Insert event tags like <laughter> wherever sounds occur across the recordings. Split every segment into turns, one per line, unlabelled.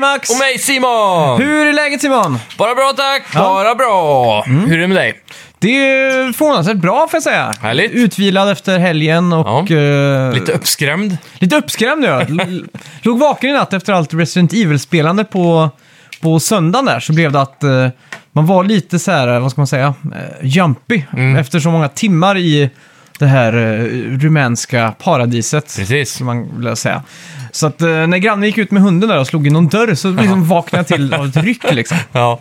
Max!
Och mig Simon!
Hur är läget Simon?
Bara bra tack, bara bra. Hur är det med dig?
Det är förvånansvärt bra får jag säga.
Härligt.
Utvilad efter helgen och...
Ja.
eh,
Lite uppskrämd.
lite uppskrämd
<laughs>
jag. L- Låg vaken i natt efter allt Resident Evil-spelande på, på söndagen där så blev det att eh, man var lite så här, vad ska man säga, eh, jumpy
Mm.
efter så många timmar i det här eh, rumänska paradiset.
Precis.
Som man vill säga. Så att eh, när grannen gick ut med hunden där och slog i någon dörr så liksom vaknade jag till av ett ryck liksom.
Ja.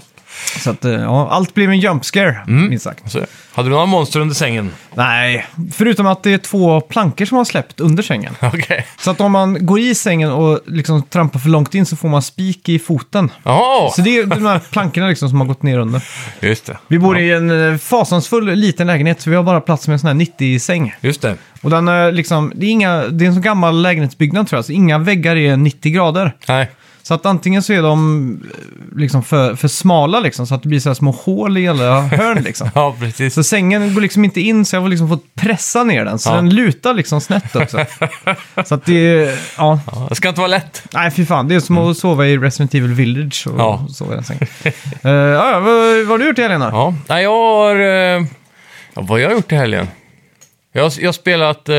Så att, eh, ja, allt blev en jump scare, minst sagt.
Så, Alltså, hade du några monster under sängen?
Nej, förutom att det är två plankor som har släppt under sängen.
<laughs> Okej.
Så att om man går i sängen och liksom trampar för långt in så får man spik i foten.
Jaha,
Så det är de här plankorna liksom som har gått ner under.
just det.
Vi bor i en eh, fasansfull liten lägenhet så vi har bara plats med en sån här 90-säng.
Just det.
Och den är liksom, det är, inga, det är en sån gammal lägenhetsbyggnad tror jag, så inga väggar är 90 grader.
Nej.
Så att antingen så är de eh, liksom för, för smala liksom, så att det blir så här små hål i alla hörn liksom.
<laughs> Ja, precis.
Så sängen går liksom inte in så jag har liksom fått pressa ner den. Så
Ja.
den lutar liksom snett också. så att det är, ja.
Ja, Det ska inte vara lätt.
Nej fy fan, det är som att sova i Resident Evil Village och
Mm. Ja.
sova i den sängen. Eh, ja, ja, vad, vad har du gjort i helgen då?
Ja. Nej, jag har... eh, Ja, vad har jag gjort i helgen? Jag har, jag har spelat eh,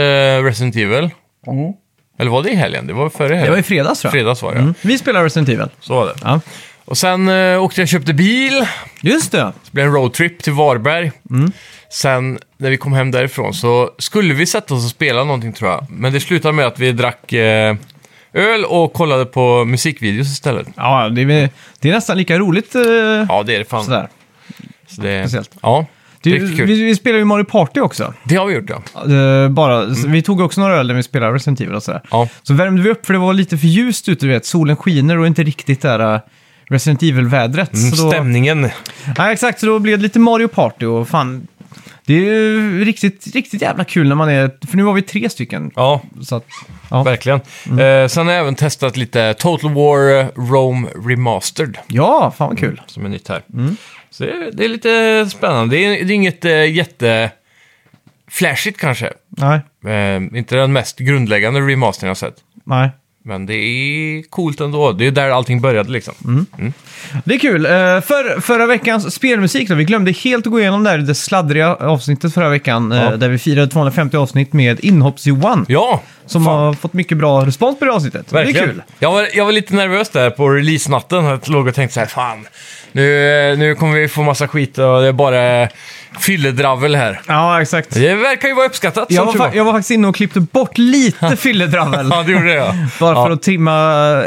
Resident Evil. Eller var det i helgen? Det var förra helgen.
Det var i fredags tror jag.
Fredags var det,
Mm. Vi spelar Resident Evil.
Så var det.
Ja.
Och sen eh, åkte jag och köpte bil.
Just det.
Det blev en roadtrip till Varberg.
Mm.
Sen när vi kom hem därifrån så skulle vi sätta oss och spela någonting tror jag. Men det slutade med att vi drack eh, öl och kollade på musikvideos istället.
Ja, det är, det är nästan lika roligt eh,
Ja, det är det fan.
sådär.
Så det,
speciellt.
Ja, det är
Du,
riktigt kul.
vi, vi spelar ju Mario Party också.
Det har vi gjort ja.
Eh, bara, så Vi tog också några öl när vi spelade Resident Evil och sådär.
Ja,
Så värmde vi upp för det var lite för ljust ute, du vet. Solen skiner och inte riktigt det här äh, Resident Evil-vädret.
Mm,
så då,
stämningen.
nej, exakt. Så då blev det lite Mario Party och fan... Det är ju riktigt, riktigt jävla kul när man är... För nu var vi tre stycken.
Ja,
Så att, ja.
verkligen.
Mm.
Eh, sen har jag även testat lite Total War eh, Rome Remastered.
ja, fan vad kul.
som är nytt här.
Mm.
Så det, det är lite spännande. Det är, det är inget eh, jätte... Flashigt kanske.
Nej,
Eh, inte den mest grundläggande remastern jag har sett.
nej.
Men det är coolt ändå. Det är där allting började liksom.
Mm. Det är kul. Eh, För, förra veckans spelmusik då, vi glömde helt att gå igenom det här, det sladdriga avsnittet förra veckan. eh,
Ja.
Där vi firade 250 avsnitt med Inhopps-Johan.
Ja,
Som har fått mycket bra respons på det avsnittet.
verkligen.
Det är kul.
Jag, var, jag var lite nervös där på releasenatten. Jag låg och tänkte så här, fan. Nu, nu kommer vi få massa skit och det är bara fylledravel här.
Ja, exakt.
Det verkar ju vara uppskattat.
Jag
som
var,
tur
fa- jag var faktiskt inne och klippte bort
<laughs>
lite fylledravel.
Ja, det gjorde det ja.
Bara för
Ja.
att trimma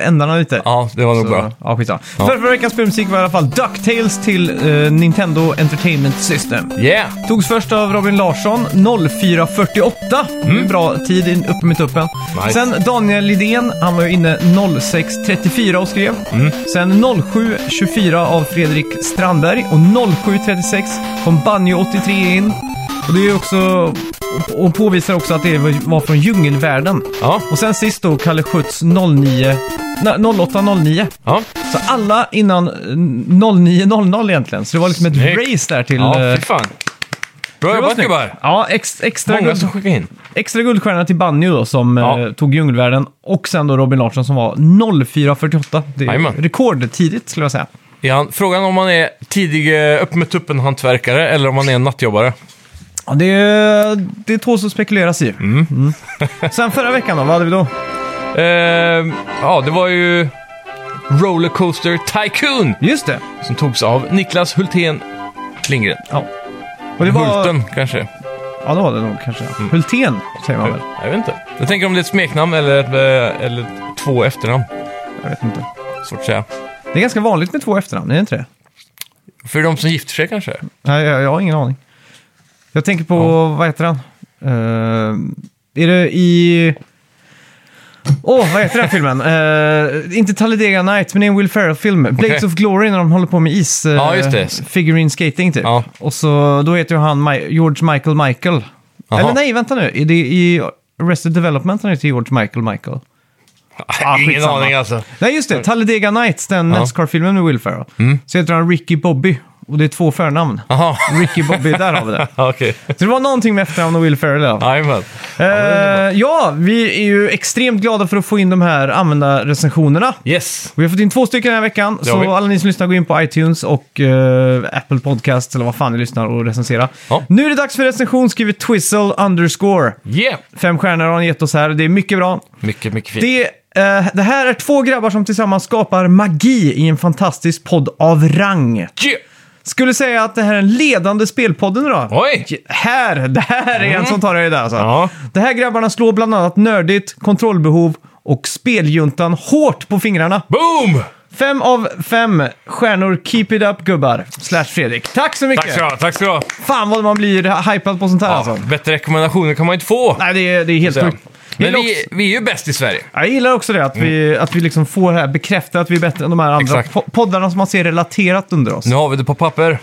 ändarna lite.
Ja, det var nog bra.
Så, ja, skitsamma. För förra veckans spelmusik var i alla fall DuckTales till eh, Nintendo Entertainment System.
Yeah!
Togs först av Robin Larsson, 04.48. Mm. Bra tid in, uppe med tuppen.
Nice.
Sen Daniel Lidén, han var ju inne 06.34 och skrev.
Mm.
Sen 07.24 av Fredrik Strandberg och 07.36 kom Banjo 83 in. Och det är ju också, och påvisar också att det var från djungelvärlden.
Ja,
Och sen sist då Kalle Schütz 09, nej, 0809.
ja.
Så alla innan eh, 09.00 egentligen. Så det var liksom ett
Snyggt.
race där till...
ja
eh,
fy fan.
det
Bra
var
jobbat
snyggt.
gubbar!
Ja, ex, extra,
Många
guld,
som skickade in.
extra guldstjärna till Banjo då, som
Ja.
eh, tog djungelvärlden och sen då Robin Larsson som var 04.48. Det är
Jajamän.
rekordtidigt skulle jag säga.
Är han, frågan om man är tidig eh, upp med tuppen hantverkare eller om man är en nattjobbare.
Ja, det, är- det tåls att spekuleras i. Mm. Sen förra veckan då, vad hade vi då?
Eh, ja, det var ju Rollercoaster Tycoon
Just det.
som togs av Niklas Hultén Lindgren.
Ja. Och det var,
Hulten Mm. kanske?
Ja, det var det nog kanske. Hultén säger man väl?
Jag vet inte. Jag tänker om det är ett smeknamn eller, ett, eh, eller två efternamn.
Jag vet inte.
Svårt att säga.
Det är ganska vanligt med två efternamn, är det inte det?
För de som gifter sig kanske?
Nej, jag, jag har ingen aning. Jag tänker på, vad heter han? Eh, är det i... Åh, vad heter den filmen? Eh, inte Talladega Night, men det är en Will Ferrell-film. Blades
Okej.
of Glory när de håller på med is... Uh,
Ja, just det.
Figurine skating typ.
Ja.
Och så, då heter ju han Mi- George Michael Michael.
Jaha.
Eller nej, vänta nu. Är det i Arrested Development han heter George Michael Michael?
Ah, Ingen
Ah, skitsamma.
aning alltså.
Nej, just det. Talladega Nights, den
Ja. Mm.
Nascar-filmen med Will Ferrell. Så heter han Ricky Bobby. Och det är två förnamn.
Jaha,
Ricky Bobby, där har vi det.
<laughs> okej.
Så det var någonting med efternamn och Will Ferrell i alla fall.
Jajamän.
Eh, ja, vi är ju extremt glada för att få in de här användarrecensionerna.
Yes!
Vi har fått in två stycken den här veckan,
har vi.
så alla ni som lyssnar, gå in på iTunes och eh, Apple Podcast, eller vad fan ni lyssnar, och recensera.
Ja.
Nu är det dags för recension, skriver Twizzle underscore.
Yeah!
Fem stjärnor har han gett oss här, det är mycket bra.
Mycket, mycket fint.
Det, eh, det här är två grabbar som tillsammans skapar magi i en fantastisk podd av rang.
Yeah!
Skulle säga att det här är den ledande spelpodden idag.
Oj! Mm.
Här, det här är en som tar i det alltså.
Ja.
Det här grabbarna slår bland annat nördigt, kontrollbehov och speljuntan hårt på fingrarna.
Boom!
Fem av fem stjärnor, keep it up gubbar. Slash Fredrik. Tack så mycket!
Tack ska du ha, tack ska du ha.
Fan vad man blir hypad på sånt här
Ja,
alltså.
bättre rekommendationer kan man inte få.
Nej, det är, det är helt
Så.
sjukt. Jag
Men
gillar,
vi,
också,
vi är ju bäst i Sverige.
jag gillar också det, att vi, att vi liksom får det här bekräftat att vi är bättre än de här andra
Exakt. Mm.
po- poddarna som man ser relaterat under oss.
Nu har vi det på papper.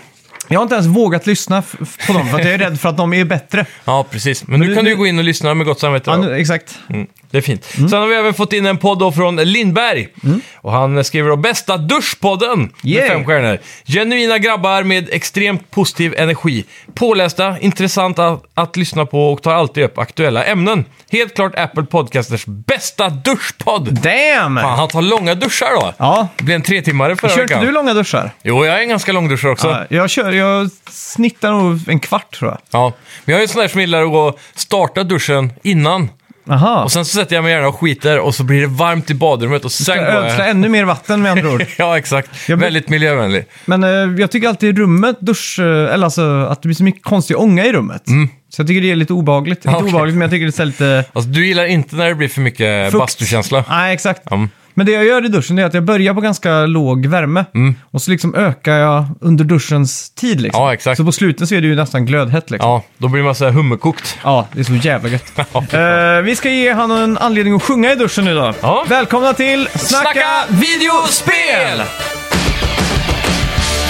Jag har inte ens vågat lyssna f- f- på dem för att jag är rädd för att de är bättre.
Ja, precis. Men nu
du-
kan du ju
du-
gå in och lyssna med gott samvete.
Ja,
då.
nu, exakt.
Mm, det är fint. Sen har vi även fått in en podd då från Lindberg. Och han skriver då “Bästa duschpodden”
Mm. Yay.
med fem stjärnor. Genuina grabbar med extremt positiv energi. Pålästa, intressanta att, att lyssna på och tar alltid upp aktuella ämnen. Helt klart Apple Podcasters bästa duschpodd!
Damn!
Fan, han tar långa duschar då.
Ja.
Det blev en tre-timmare förra
Kör inte
veckan.
du långa duschar?
Jo, jag är en ganska lång duschare också.
Ja, jag, kör, jag snittar nog en kvart tror jag.
Ja. Men jag är en sån där som gillar att gå och starta duschen innan.
Aha.
Och sen så sätter jag mig gärna och skiter och så blir det varmt i badrummet och sen
Ska
går
ödsla
jag...
ännu mer vatten med andra
<laughs>
ord.
Ja, exakt.
Jag blir-
Väldigt miljövänlig.
Men eh, jag tycker alltid i rummet, dusch, eh, eller alltså att det blir så mycket konstig ånga i rummet. Så jag tycker det är lite obehagligt. Inte
Mm. okej.
obehagligt, men jag tycker det är lite...
Alltså, du gillar inte när det blir för mycket
Fukt.
bastukänsla.
Nej, exakt.
Mm.
Men det jag gör i duschen är att jag börjar på ganska låg värme. Och så liksom ökar jag under duschens tid liksom.
Mm. Ja, exakt.
Så på slutet så är det ju nästan glödhett liksom.
Ja, då blir man så här hummerkokt.
Ja, det är så jävla gött.
<laughs> Ja.
Eh, vi ska ge han en anledning att sjunga i duschen nu då.
Ja.
Välkomna till Snacka,
videospel!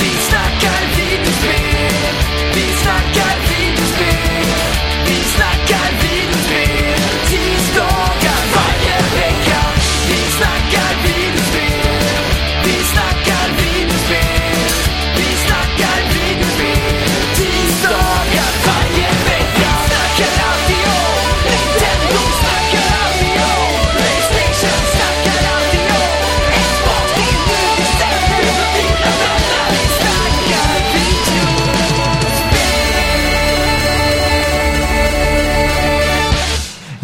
Vi snackar videospel, vi snackar videospel, vi snackar videospel, tisdagar varje vecka. Vi snackar videospel, vi snackar videospel, vi snackar videospel, tisdagar varje vecka. Snackar alltid om Nintendo, snackar alltid om Playstation, snackar alltid om Xbox, det är nu vi sätter dina vänner. Vi snackar videospel.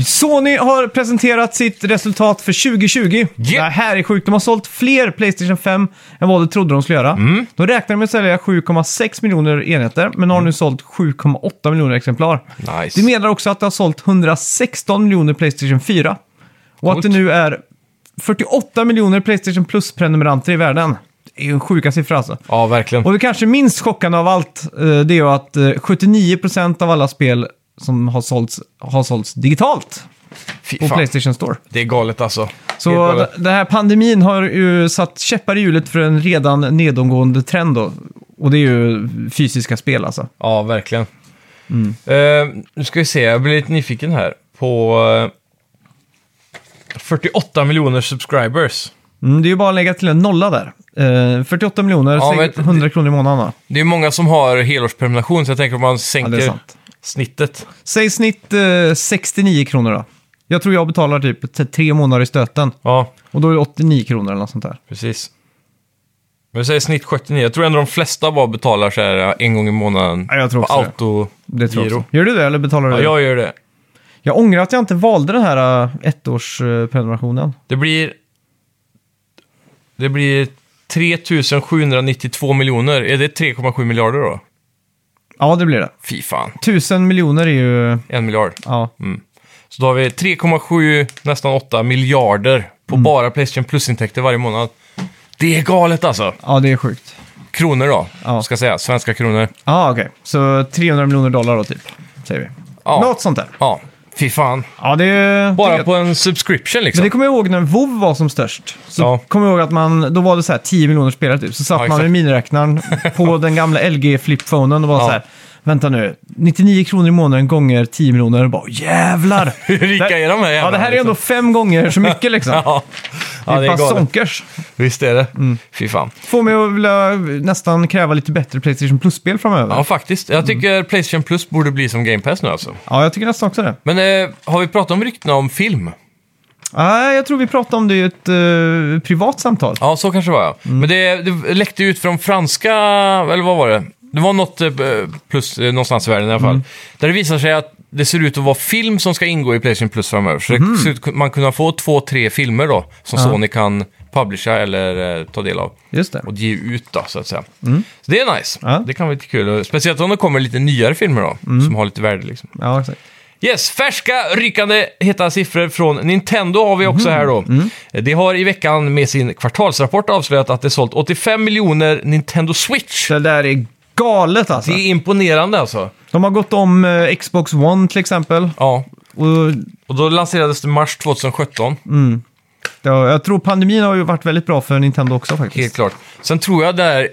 Sony har presenterat sitt resultat för 2020.
Ja.
Det här är sjukt. De har sålt fler Playstation 5 än vad de trodde de skulle göra.
Mm.
De räknade med att sälja 7,6 miljoner enheter, men har nu sålt 7,8 miljoner exemplar.
Nice.
Det menar också att det har sålt 116 miljoner Playstation 4. Och att
Coolt.
det nu är 48 miljoner Playstation Plus-prenumeranter i världen. Det är ju en sjuka siffra alltså.
Ja, verkligen.
Och det kanske minst chockande av allt, eh, det är ju att eh, 79% av alla spel som har sålts, har sålts digitalt
Fy
på
fan,
Playstation Store.
det är galet alltså.
Så d-
Helt galet.
den här pandemin har ju satt käppar i hjulet för en redan nedåtgående trend då. Och det är ju fysiska spel alltså.
Ja, verkligen.
Mm.
Eh, nu ska vi se, jag blir lite nyfiken här. På eh, 48 miljoner subscribers.
Mm, det är ju bara att lägga till en nolla där. Eh, 48 miljoner,
Ja,
säg
men-
100 kronor i månaden va?
Det är många som har helårsprenumeration, så jag tänker om man sänker
sant.
snittet.
Säg snitt eh, 69 kronor då. Jag tror jag betalar typ t- tre månader i stöten.
Ja,
Och då är det 89 kronor eller något sånt där.
precis. Men säger snitt 79. Jag tror ändå de flesta bara betalar så här en gång i månaden.
Ja, jag tror
på
också det.
auto
Det tror jag
Giro.
också. Gör du det eller betalar du
Ja,
det?
jag gör det.
Jag ångrar att jag inte valde den här eh, ettårsprenumerationen.
Det blir... Det blir 3792 miljoner. Är det 3,7 miljarder då?
Ja, det blir det.
Fy fan,
Tusen miljoner är ju...
en miljard.
Ja,
Mm. Så då har vi 3,7, nästan 8 miljarder på
Mm.
bara Playstation Plus-intäkter varje månad. Det är galet alltså.
ja det är sjukt.
Kronor då,
Ja.
ska jag säga. Svenska kronor.
Ja, okej. Så 300 miljoner dollar då, typ. Säger vi.
Ja.
Något sånt där.
Ja, fy fan.
Ja, det är...
Bara på en subscription liksom.
Men det kommer jag ihåg när WoW var som störst. Så
Ja.
kommer jag ihåg att man, då var det så här 10 miljoner spelare typ. Så satt
Ja,
man
exakt.
med miniräknaren
<laughs>
på den gamla LG flipphonen och var
Ja.
så här. Vänta nu, 99 kronor i månaden gånger 10
<laughs>
miljoner. Och bara, jävlar!
Hur rika
Det-
är de här jävlarna, <laughs>
Ja, det här är ändå fem gånger så mycket liksom.
Ja. Ja,
det
det
är bara
är galet.
zonkers.
Visst är det? Fy fan.
Får mig att vilja nästan kräva lite bättre Playstation Plus-spel framöver.
Ja,
Ja.
faktiskt. Jag tycker Playstation Plus borde bli som Game Pass nu alltså.
jag tycker nästan också det.
Men eh, har vi pratat om ryktena om film?
Nej, jag tror vi pratade om det i ett eh, privat samtal.
Ja, så kanske det var ja. Men det, det läckte ut från franska, eller vad var det? Det var något eh, plus eh, någonstans i världen i alla fall. Där det visar sig att det ser ut att vara film som ska ingå i Playstation Plus framöver. Så det ser ut att man kunna få två, tre filmer då, som Sony kan publisha eller eh, ta del av.
Just det.
eh, Och ge ut då, så att säga. Så det är nice.
Ja.
Det kan vara lite kul. Och Speciellt om det kommer lite nyare filmer då, som har lite värde liksom.
Ja, exakt.
Yes, färska ryckande heta siffror från Nintendo har vi också här då. De har i veckan med sin kvartalsrapport avslöjat att det sålt 85 miljoner Nintendo Switch.
Det där är galet alltså.
Det är imponerande alltså.
De har gått om eh, Xbox One till exempel.
Ja,
Och
och då lanserades det mars 2017,
ja, jag tror pandemin har ju varit väldigt bra för Nintendo också faktiskt.
helt klart. Sen tror jag det här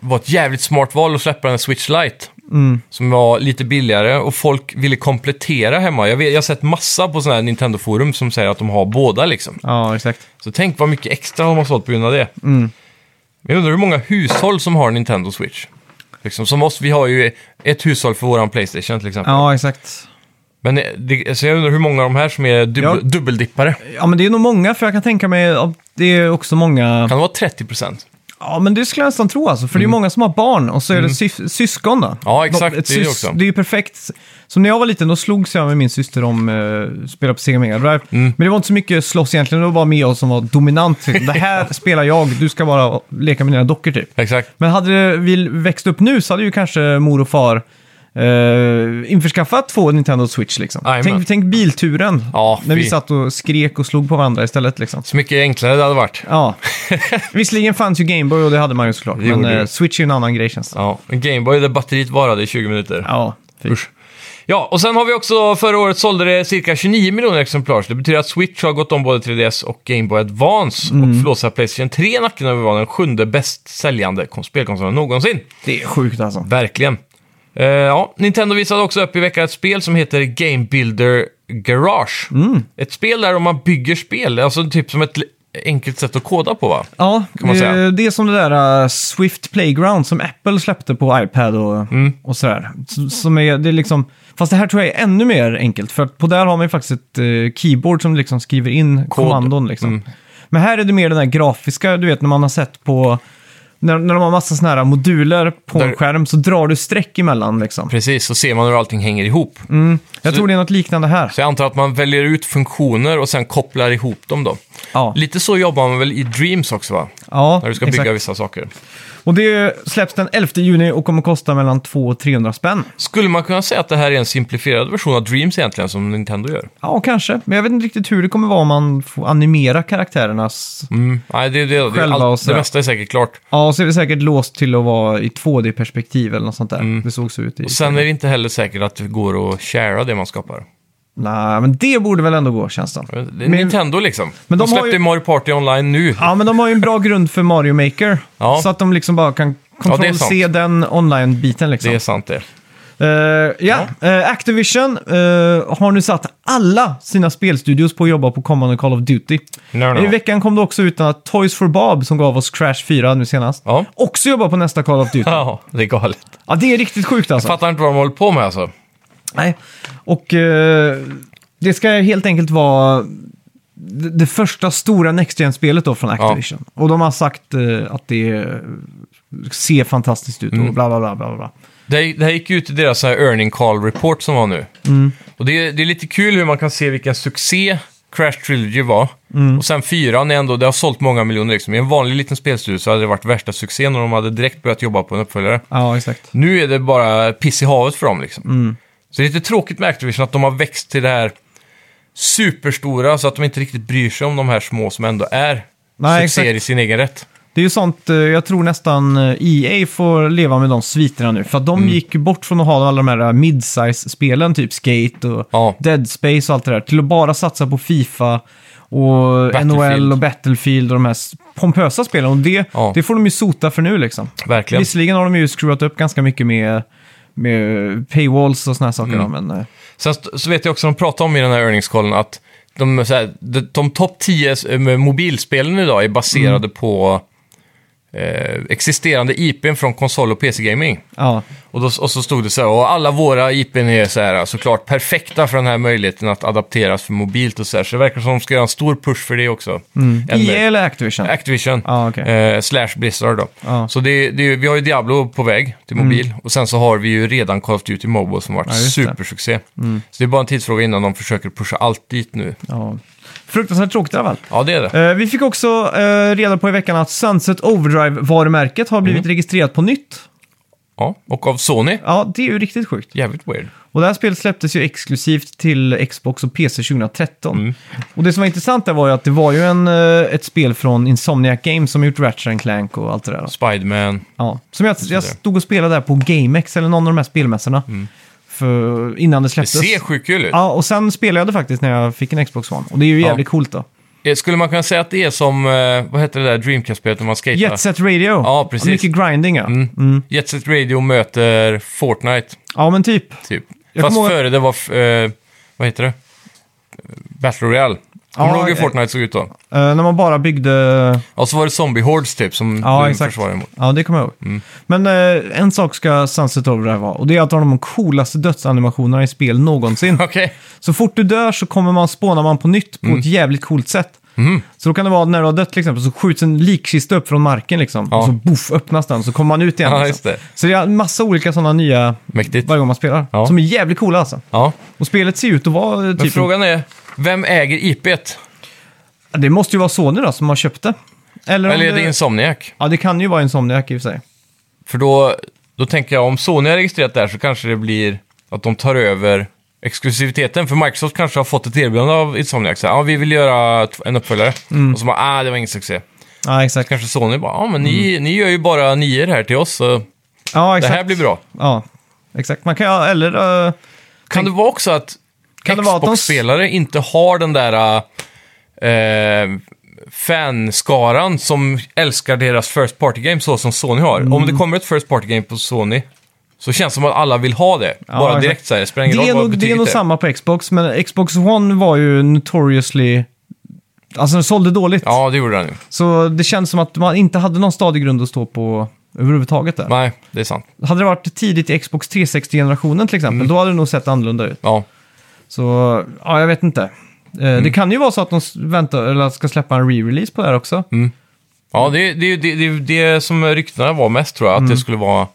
var ett jävligt smart val att släppa den Switch Lite.
Mm.
Som var lite billigare och folk ville komplettera hemma. Jag, vet, jag har sett massa på sådana här Nintendo-forum som säger att de har båda liksom.
Ja, exakt.
Så tänk vad mycket extra de har sålt på grund av det.
Mm.
Jag undrar hur många hushåll som har Nintendo Switch. Liksom, som oss, vi har ju ett hushåll för våran Playstation till exempel.
Ja, exakt.
Men eh, det, så jag undrar hur många av de här som är dubbel,
Ja.
dubbeldippare.
Ja, men det är nog många, för jag kan tänka mig att det är också många...
Kan det vara 30%?
Ja, men det skulle jag nästan tro alltså. För det är många som har barn och så är det sy- syskon då.
Mm. Ja, exakt,
Ett
det är det också.
Det är ju perfekt. Som när jag var liten, då slogs jag med min syster om eh, spela på Sega Mega Drive.
Mm.
Men det var inte så mycket slåss egentligen, det var bara med jag som var dominant. Typ. Det
<laughs>
här spelar jag, du ska bara leka med dina dockor typ.
Exakt.
Men hade vi växt upp nu så hade ju kanske mor och far eh, införskaffat två Nintendo Switch liksom.
Jajamän.
Tänk, tänk bilturen,
Ja,
när vi
fy.
satt och skrek och slog på varandra istället liksom.
Så mycket enklare det hade varit.
Ja, visserligen fanns ju Gameboy och det hade man ju såklart.
Det gjorde
men
det.
eh, Switch är ju en annan grej känns det
Ja, en Gameboy där batteriet varade i 20 minuter.
Ja, fy.
Usch. Ja, och sen har vi också förra året sålde det cirka 29 miljoner exemplar. Så det betyder att Switch har gått om både 3DS och Game Boy Advance
Mm.
och flåsar Playstation 3 i nacken över att vara den sjunde bäst säljande kon- spelkonsolen någonsin.
Det är sjukt alltså.
Verkligen. Eh, ja, Nintendo visade också upp i veckan ett spel som heter Game Builder Garage.
Mm.
Ett spel där man bygger spel, alltså typ som ett l- enkelt sätt att koda på va?
Ja,
Kan man säga.
eh, det är som det där eh, Swift Playground som Apple släppte på iPad och,
Mm.
och sådär. S- Som är, det är liksom, fast det här tror jag är ännu mer enkelt, för att på där har man ju faktiskt ett eh, keyboard som liksom skriver in kommandon. Liksom.
Mm.
Men här är det mer den här grafiska, du vet när man har sett på, när, när de har massa sådana här moduler på en
Där-
skärm så drar du streck emellan liksom.
Precis, så ser man hur allting hänger ihop.
Jag tror det är något liknande här.
Så jag antar att man väljer ut funktioner och sen kopplar ihop dem då.
Ja,
Lite så jobbar man väl i Dreams också va?
ja
När du ska bygga vissa saker.
Och det släpps den 11 juni och kommer kosta mellan 200 och 300 spänn.
Skulle man kunna säga att det här är en simplifierad version av Dreams egentligen, som Nintendo gör?
Ja, kanske. Men jag vet inte riktigt hur det kommer vara om man får animera karaktärernas...
Mm. Nej, det, det, det,
Själva och
allt, det
sådär.
mesta är säkert klart.
Ja, och så är det säkert låst till att vara i 2D-perspektiv eller något sånt där. Det såg så ut i...
Mm. Och sen är det inte heller säkert att det går att sharea det man skapar.
Nej, men det borde väl ändå gå, känns det.
Det är
Men-
Nintendo liksom.
men de
de
har
släppte
ju-
ju Mario Party online nu.
Ja, men de har ju en bra grund för Mario Maker.
Ja.
Så att de liksom bara kan
det är
kontroll-se
sant.
den online-biten liksom.
Det är sant det.
Eh, ja, Eh, Activision eh, har nu satt alla sina spelstudios på att jobba på kommande Call of Duty.
No, no.
I veckan kom det också ut att Toys for Bob, som gav oss Crash 4 nu senast,
Ja.
också jobbar på nästa Call of
<laughs>
Duty.
Ja, det är galet.
ja, det är riktigt sjukt alltså.
Fattar inte vad de håller på med alltså.
Nej. Och eh, det ska helt enkelt vara det det första stora Next Gen-spelet då från Activision. Och de har sagt eh, att det eh, ser fantastiskt ut och
Mm.
bla bla bla bla bla.
Det, det här gick ju ut i deras så här earning call report som var nu.
Mm.
Och det, är- det är lite kul hur man kan se vilken succé Crash Trilogy var.
Mm.
Och sen fyran är ändå, det har sålt många miljoner liksom. I en vanlig liten spelstudio så hade det varit värsta succén och de hade direkt börjat jobba på en uppföljare.
Ja, exakt.
Nu är det bara piss i havet för dem liksom.
Mm.
Så det är lite tråkigt med Activision att de har växt till det här superstora så att de inte riktigt bryr sig om de här små som ändå är
Nej,
succéer
exakt.
i sin egen rätt.
Det är ju sånt, eh, jag tror nästan eh, EA får leva med de sviterna nu. För att
Mm.
de gick ju bort från att ha alla de här eh, midsize-spelen, typ Skate och
Ja.
Dead Space och allt det där, till att bara satsa på Fifa och NHL och Battlefield och de här s- pompösa spelen. Och det,
Ja.
det får de ju sota för nu liksom.
Verkligen.
Visserligen har de ju skruvat upp ganska mycket med, med paywalls och såna här saker. då, Men, eh,
Mm. Sen st- så vet jag också, de pratade om i den här earnings callen att de, så här, de, de topp 10 s- eh, mobilspelen idag är baserade på eh, existerande IPn från konsol och PC-gaming.
Ja.
Och, då, och så stod det så här, och alla våra IPn är så här, såklart perfekta för den här möjligheten att adapteras för mobilt och så här. Så det verkar som de ska göra en stor push för det också. Än
EA
med-
E eller Activision?
Activision,
Ja, Ah, okej. Ah.
eh, slash Blizzard då.
Ja.
Så det, det, vi har ju Diablo på väg till mobil och sen så har vi ju redan Call of Duty Mobile som varit
Mm. Ja, just det. Mm.
supersuccé. Så det är bara en tidsfråga innan de försöker pusha allt dit nu.
ja. Fruktansvärt tråkigt i alla fall.
Ja, det är det.
Eh, vi fick också eh, reda på i veckan att Sunset Overdrive-varumärket har
Mm.
blivit registrerat på nytt.
Ja. Och av Sony,
Ja, det är ju riktigt sjukt.
jävligt weird.
Och det här spelet släpptes ju exklusivt till Xbox och PC 2013.
Mm.
Och det som var intressant där var ju att det var ju en, eh, ett spel från Insomniac Games som gjort Ratchet and Clank och allt det där.
Spiderman,
Ja. Som jag, jag stod och spelade där på GameX eller någon av de här spelmässorna. För, innan det
Mm. det
släpptes.
ser sjukt kul ut.
Ja, och sen spelade jag det faktiskt när jag fick en Xbox One. Och det är ju
Ja.
jävligt coolt då.
Eh, Skulle man kunna säga att det är som, eh, vad heter det där Dreamcast-spelet när man skatar?
Jet Set Radio.
Ja, precis.
Mycket grinding ja.
Mm. Jet Set Radio möter Fortnite,
Ja, men typ.
typ.
Jag
Fast
kommer ihåg-
före det var, f- eh, vad heter det? Battle Royale. Kommer
Ja,
du ihåg hur
eh,
Fortnite såg ut då?
Eh, när man bara byggde...
Ja, så var det zombie hordes typ som
Ja,
du
exakt.
försvarade emot. <laughs>
Ja, det kommer jag ihåg.
Mm.
Men eh, en sak ska Sunset Overdrive vara. Och det är att de har de coolaste dödsanimationerna i spel
<laughs>
någonsin.
Okej.
Så fort du dör så kommer man, spånar man på nytt
Mm.
på ett jävligt coolt sätt. Så då kan det vara när du har dött till exempel, så skjuts en likkista upp från marken liksom.
Ja.
Och så boff, öppnas den, så kommer man ut igen.
Ja, just
liksom.
det.
Så det är en massa olika sådana nya
Mäktigt.
varje gång man spelar.
Ja.
Som är jävligt coola alltså.
Ja.
Och spelet ser ut att vara eh,
Men
typ...
frågan är, vem äger IP't?
Det måste ju vara Sony då som har köpt det. Eller, om
Eller är det Insomniac?
Ja, det kan ju vara Insomniac i och för sig.
För då, då tänker jag, om Sony har registrerat det här så kanske det blir att de tar över exklusiviteten. För Microsoft kanske har fått ett erbjudande av Insomniac. Så här, ja, vi vill göra t- en uppföljare.
Mm.
Och så bara, ah, det var ingen succé.
Ja, exakt.
Kanske Sony bara, ja, men ni, ni gör ju bara nior här till oss, så
Ja,
det
Mm. exakt.
här blir bra.
Ja, exakt. Man kan ju, eller... eh,
Kan det vara också att
Kan det vara att de-
Xbox-spelare inte har den där eh, fanskaran som älskar deras First Party Game så som Sony har? Om det
Mm.
kommer ett First Party Game på Sony så känns det som att alla vill ha det. Bara
exakt.
direkt så här, det spelar ingen
det, är
roll vad
nog, det är
betyget
nog samma på Xbox, men Xbox One var ju notoriously... Alltså den sålde dåligt.
Ja, det gjorde den ju.
Så det känns som att man inte hade någon stadig grund att stå på överhuvudtaget där.
Nej, det är sant.
Hade det varit tidigt i Xbox 360-generationen till
Mm.
exempel, då hade det nog sett annorlunda ut.
Ja,
Så, ja, jag vet inte. Eh,
Mm.
Det kan ju vara så att de s- väntar, eller ska släppa en re-release på det här också.
Mm. ja det, det, det, det, det som ryktena var mest tror jag, att
Mm.
det skulle vara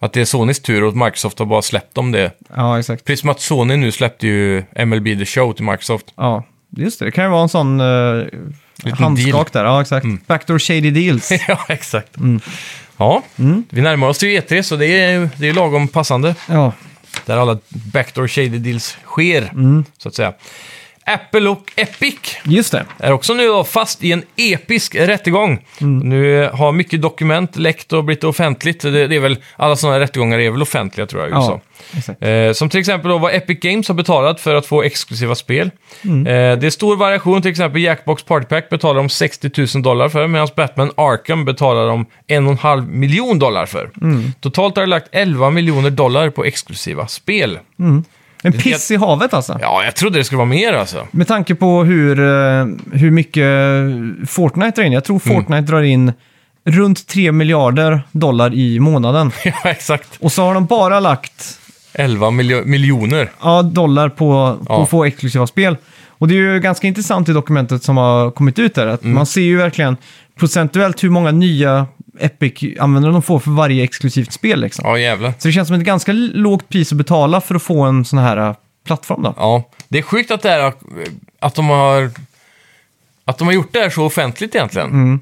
att det är Sonys tur och att Microsoft har bara släppt om det.
Ja, exakt.
Precis som att Sony nu släppte ju MLB The Show till Microsoft.
Ja, just det. Det kan ju vara en sån eh, handskak där. Ja, exakt.
Mm.
Backdoor shady
<laughs>
deals.
ja, exakt. Ja, vi närmar oss ju E3 så det är, det är lagom passande.
ja.
Där alla backdoor shady deals sker, så att säga. Apple och Epic
Just det.
är också nu då fast i en episk rättegång. Nu har mycket dokument läckt och blivit offentligt. Det, det är väl, alla sådana rättegångar är väl offentliga tror jag i USA.
exakt.
Eh, som till exempel då vad Epic Games har betalat för att få exklusiva spel. Eh, det är stor variation, till exempel Jackbox Party Pack betalar de 60 000 dollar för, medan Batman Arkham betalar de 1,5 miljon dollar för. Totalt har det lagt 11 miljoner dollar på exklusiva spel.
En piss i havet alltså.
Ja, jag trodde det skulle vara mer alltså. <laughs>
Med tanke på hur, eh, hur mycket Fortnite drar in. Jag tror
Mm.
Fortnite drar in runt 3 miljarder dollar i
<laughs>
månaden.
ja, exakt.
Och så har de bara lagt
11 miljo- miljoner.
ja, dollar på, på
Ja.
att få exklusiva spel. Och det är ju ganska intressant i dokumentet som har kommit ut där. Att
Mm.
Man ser ju verkligen procentuellt hur många nya Epic-användare de får för varje exklusivt spel. Liksom.
Ja, jävlar.
Så det känns som ett ganska lågt pris att betala för att få en sån här eh, plattform. Då.
Ja, det är sjukt att, det är, att, de har, att de har gjort det här så offentligt egentligen.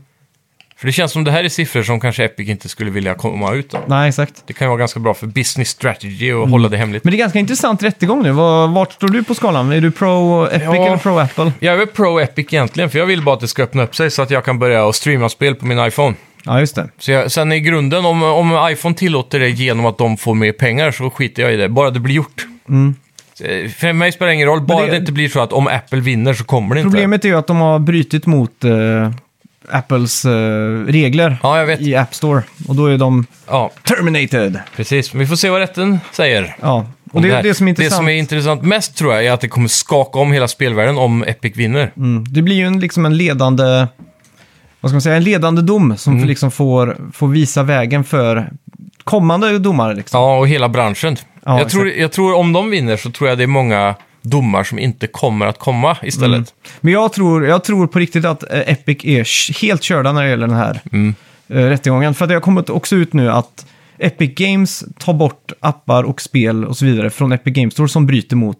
För det känns som det här är siffror som kanske Epic inte skulle vilja komma ut av.
Nej, exakt.
Det kan ju vara ganska bra för business strategy och hålla det hemligt.
Men det är ganska intressant rättegång nu. Var- Vart står du på skalan? Är du pro Epic
Ja.
eller pro Apple?
Jag är väl pro Epic egentligen, för jag vill bara att det ska öppna upp sig så att jag kan börja och streama spel på min iPhone.
Ja, just det.
Så jag, sen i grunden, om, om iPhone tillåter det genom att de får mer pengar så skiter jag i det, bara det blir gjort. Eh, För mig spelar det ingen roll, bara
det-
det, inte blir så att om Apple vinner så kommer det inte.
Problemet är ju att de har brutit mot eh, Apples eh, regler
Ja, jag vet.
i App Store. Och då är de
Ja,
terminated.
precis. Men Vi får se vad rätten säger.
Ja. Och
om
det,
här.
det som är intressant,
det som är intressant mest tror jag är att det kommer skaka om hela spelvärlden om Epic vinner.
mm, det blir ju en, liksom en ledande... Vad ska man säga? En ledande dom som liksom får, får visa vägen för kommande domare. Liksom.
Ja, och hela branschen.
Ja,
jag, tror, jag tror om de vinner så tror jag det är många domar som inte kommer att komma istället.
Men jag tror, jag tror på riktigt att eh, Epic är sh- helt körda när det gäller den här
Mm.
eh, rättegången. För att det har kommit också ut nu att Epic Games tar bort appar och spel och så vidare från Epic Games Store som bryter mot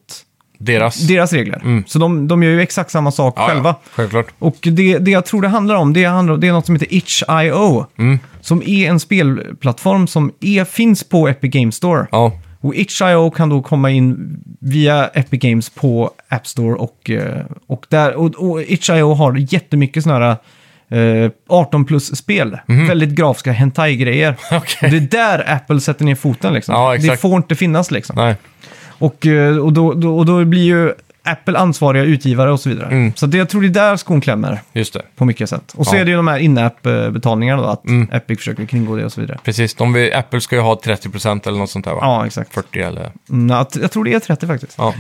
Deras.
deras regler.
Mm.
Så de, de gör ju exakt samma sak
Ja, ja,
själva.
självklart.
Och det, det jag tror det handlar om, det, handlar, det är något som heter Itch.io.
Mm.
Som är en spelplattform som är, finns på Epic Games Store.
Ja.
Och Itch.io kan då komma in via Epic Games på App Store och, eh, och där. Och, och Itch.io har jättemycket sådana här eh, 18 plus-spel. Väldigt grafiska hentai-grejer.
Mhm. <laughs> Okej.
Det är där Apple sätter ner foten liksom.
Ja,
det
exakt.
får inte finnas liksom.
Nej.
Och, eh, och, då, då, och då blir ju Apple ansvariga utgivare och så vidare.
Mm.
Så det, jag tror det är där skon klämmer
Just det.
på mycket sätt. Och så
Ja. Mm.
är det ju de här in-app-betalningarna då, att Epic försöker kringgå det och så vidare.
Precis. De vill, Apple ska ju ha 30% eller något sånt där va?
Ja, exakt.
40 eller...
Mm, att- jag tror det är 30 faktiskt.
Ja.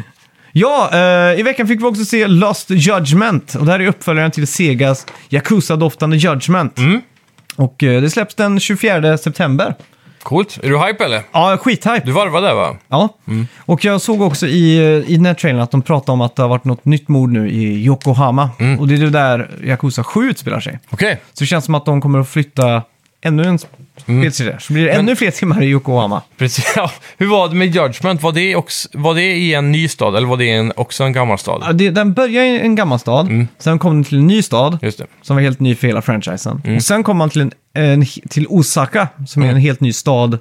Ja, eh, i veckan fick vi också se Lost Judgment. Och det här är uppföljaren till Segas Yakuza-doftande Judgment. Och eh, det släpps den 24 september.
Coolt. Är du hype eller?
Ja, skithype. Mm.
Du varvade där va?
Ja. Och jag såg också i, eh, i den här trailern att de pratade om att det har varit något nytt mord nu i Yokohama. Och det är det där Yakuza 7 utspelar sig.
Okej.
Så det känns som att de kommer att flytta ännu en spelserie. Så blir det ännu fler timmar i Yokohama.
Precis. <laughs> Ja. Hur var det med Judgment? Var det, också, var det i en ny stad eller var det i en, också en gammal stad?
Ja, det, den börjar i en gammal stad, sen kom den till en ny stad
Just det.
som var helt ny för hela franchisen. Och sen kom man till, en, en, till Osaka som är en helt ny stad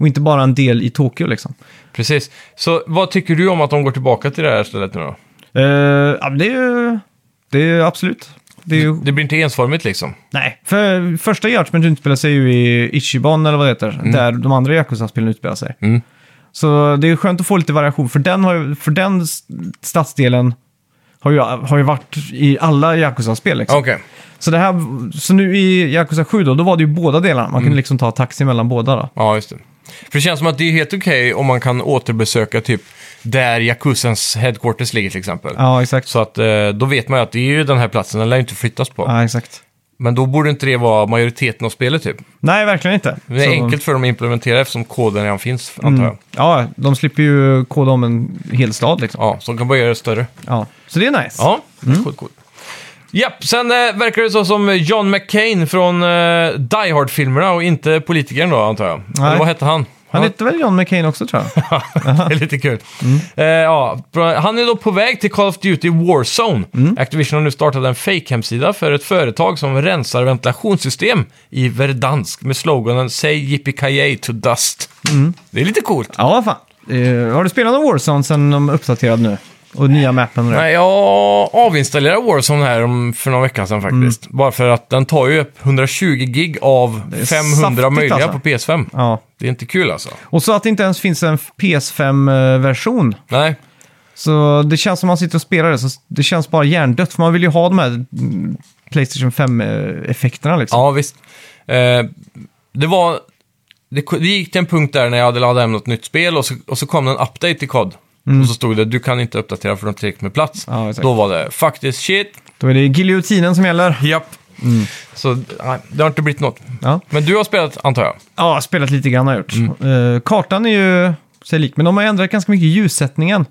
och inte bara en del i Tokyo liksom.
Precis. Så vad tycker du om att de går tillbaka till det här stället nu då?
Eh, ja, men det är ju det är ju absolut. Det är ju,
Det blir inte ensformigt liksom.
nej, för första Judgment utspelar sig ju i Ichiban eller vad det heter, där de andra Yakuza-spelen utspelar sig.
Mm.
Så det är skönt att få lite variation, för den, har, ju- för den s- stadsdelen har ju, har ju varit i alla Yakuza-spel. Liksom.
Okej.
Så, det här, så nu i Yakuza 7 då, då var det ju båda delarna. Man kunde liksom ta taxi mellan båda då.
Ja, just det. För det känns som att det är helt okej om man kan återbesöka typ där Yakuzans headquarters ligger till exempel.
Ja, exakt.
Så att eh, då vet man ju att det är ju den här platsen, den lär ju inte flyttas på.
Ja, exakt.
Men då borde inte det vara majoriteten av spelet typ.
Nej, verkligen inte.
Det är
Så- Mm.
enkelt för dem att implementera eftersom koden redan finns, antar jag.
Ja, de slipper ju koda om en hel stad liksom.
Ja, så de kan bara göra det större.
Ja. Så det är nice.
Ja,
Mm.
coolt, coolt. Japp, sen eh, verkar det så som John McCain från eh, Die Hard-filmerna och inte politikern då, antar jag.
Nej.
Eller vad hette han?
Han Mm. hette väl John McCain också tror
<laughs>
jag.
det är lite kul. Eh, ja, bra. han är då på väg till Call of Duty Warzone.
Mm.
Activision har nu startat en fake-hemsida för ett företag som rensar ventilationssystem i Verdansk med sloganen “Säg Yippie to Dust”.
Mm.
Det är lite coolt.
ja, fan. Eh, har du spelat någon Warzone sen de uppdaterade nu? Och nya mappen och det?
Nej, jag avinstallerade Warzone här om- för några veckor sedan faktiskt. Bara för att den tar ju upp 120 gig av
Mm. är
500
saftigt,
möjliga
alltså.
på PS5.
Ja.
Det är inte kul alltså.
Och så att det inte ens finns en PS5-version.
Nej,
Så det känns som man sitter och spelar det, så det känns bara hjärndött. För man vill ju ha de här mm, Playstation 5-effekterna liksom.
ja visst. Eh, det var... Det, ko- det gick till en punkt där när jag hade laddat hem något nytt spel och så, och så kom det en update till COD. Och så stod det du kan inte uppdatera för de har tillräckligt med plats.
Mm. Ja, exakt.
Då var det fuck this shit,
Då är det giljotinen som gäller.
japp. Så nej, det har inte blivit något.
Ja,
Men du har spelat antar jag?
ja spelat lite grann har jag gjort. Eh, kartan är ju sig lik, men de har ändrat ganska mycket i ljussättningen.